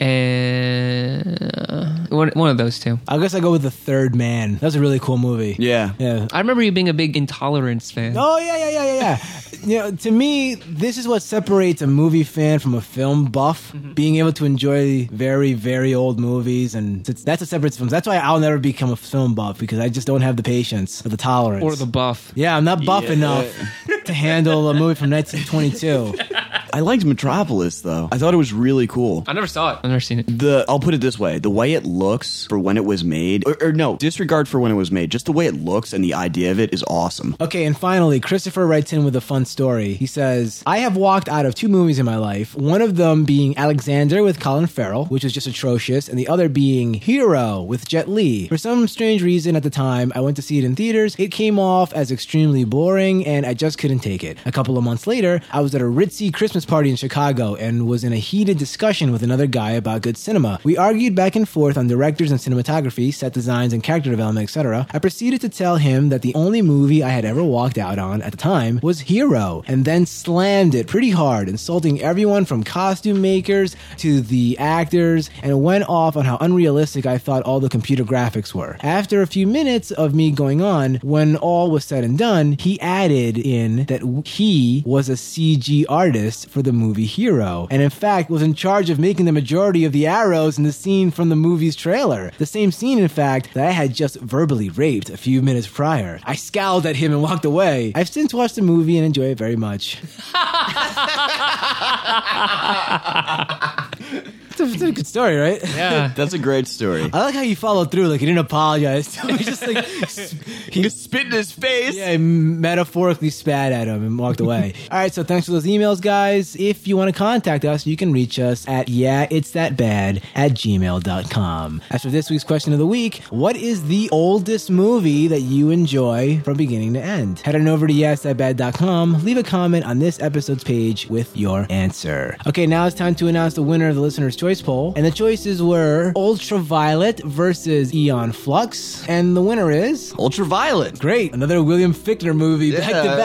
Speaker 3: And uh, one, one of those two.
Speaker 1: I guess I go with The Third Man. That was a really cool movie.
Speaker 4: Yeah.
Speaker 1: Yeah.
Speaker 3: I remember you being a big Intolerance fan.
Speaker 1: Oh yeah, yeah, yeah, yeah, yeah. You know, to me, this is what separates a movie fan from a film buff. Being able to enjoy very, very old movies, and it's- that's what separates films. That's why I'll never become a film buff because I just don't have the patience or the tolerance
Speaker 3: Or the buff.
Speaker 1: Yeah, I'm not buff
Speaker 4: Yeah.
Speaker 1: enough to handle a movie from 1922.
Speaker 4: I liked Metropolis though. I thought it was really cool.
Speaker 3: I never saw it. I've never seen it.
Speaker 4: The I'll put it this way: the way it looks for when it was made, or, or no, disregard for when it was made. Just the way it looks and the idea of it is awesome.
Speaker 1: Okay, and finally, Christopher writes in with a fun story. He says, I have walked out of two movies in my life, one of them being Alexander with Colin Farrell, which was just atrocious, and the other being Hero with Jet Li. For some strange reason at the time, I went to see it in theaters. It came off as extremely boring, and I just couldn't take it. A couple of months later, I was at a ritzy Christmas party in Chicago and was in a heated discussion with another guy about good cinema. We argued back and forth on directors and cinematography, set designs and character development, etc. I proceeded to tell him that the only movie I had ever walked out on at the time was Hero, and then slammed it pretty hard, insulting everyone from costume makers to the actors, and went off on how unrealistic I thought all the computer graphics were. After a few minutes of me going on, when all was said and done, he added in that w- he was a CG artist for the movie Hero, and in fact was in charge of making the majority of the arrows in the scene from the movie's trailer. The same scene, in fact, that I had just verbally raped a few minutes prior. I scowled at him and walked away. I've since watched the movie and enjoy it very much. it's, a, it's a good story, right?
Speaker 3: Yeah.
Speaker 4: That's a great story.
Speaker 1: I like how you followed through. Like you didn't apologize. He just like sp-
Speaker 4: He spit in his face.
Speaker 1: yeah, I metaphorically spat at him and walked away. All right, so thanks for those emails, guys. If you want to contact us, you can reach us at yeah, it's that bad at gmail.com. As for this week's question of the week, what is the oldest movie that you enjoy from beginning to end? Head on over to yesthatbad.com, leave a comment on this episode's page with your answer. Okay, now it's time to announce the winner of the listener's choice poll, and the choices were Ultraviolet versus Eon Flux, and the winner is
Speaker 4: Ultraviolet.
Speaker 1: Great. Another William Fickner movie back
Speaker 4: Yeah.
Speaker 1: to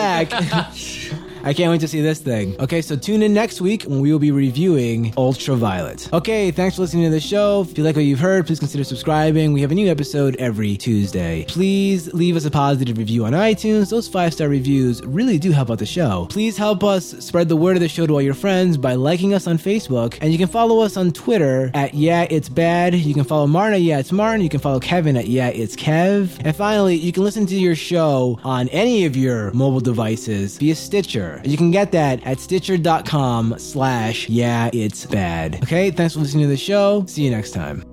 Speaker 1: back. I can't wait to see this thing. Okay, so tune in next week when we will be reviewing Ultraviolet. Okay, thanks for listening to the show. If you like what you've heard, please consider subscribing. We have a new episode every Tuesday. Please leave us a positive review on iTunes. Those five star reviews really do help out the show. Please help us spread the word of the show to all your friends by liking us on Facebook, and you can follow us on Twitter at Yeah It's Bad. You can follow Martin at Yeah It's Martin. You can follow Kevin at Yeah It's Kev. And finally, you can listen to your show on any of your mobile devices via Stitcher. You can get that at stitcher.com slash Yeah It's Bad. Okay, thanks for listening to the show. See you next time.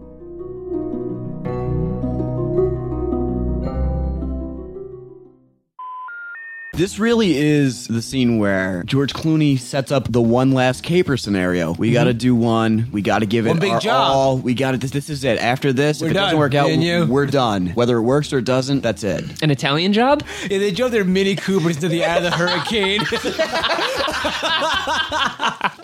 Speaker 4: This really is the scene where George Clooney sets up the one last caper scenario. We got to do one. We got to give it
Speaker 1: Mm-hmm. One big
Speaker 4: our
Speaker 1: job.
Speaker 4: all. We got to. This, this is it. After this,
Speaker 1: We're
Speaker 4: if it
Speaker 1: done,
Speaker 4: doesn't work
Speaker 1: me
Speaker 4: out,
Speaker 1: and you.
Speaker 4: we're done. Whether it works or doesn't, that's it.
Speaker 3: An Italian job?
Speaker 1: Yeah, they drove their Mini Coopers into the eye of the hurricane.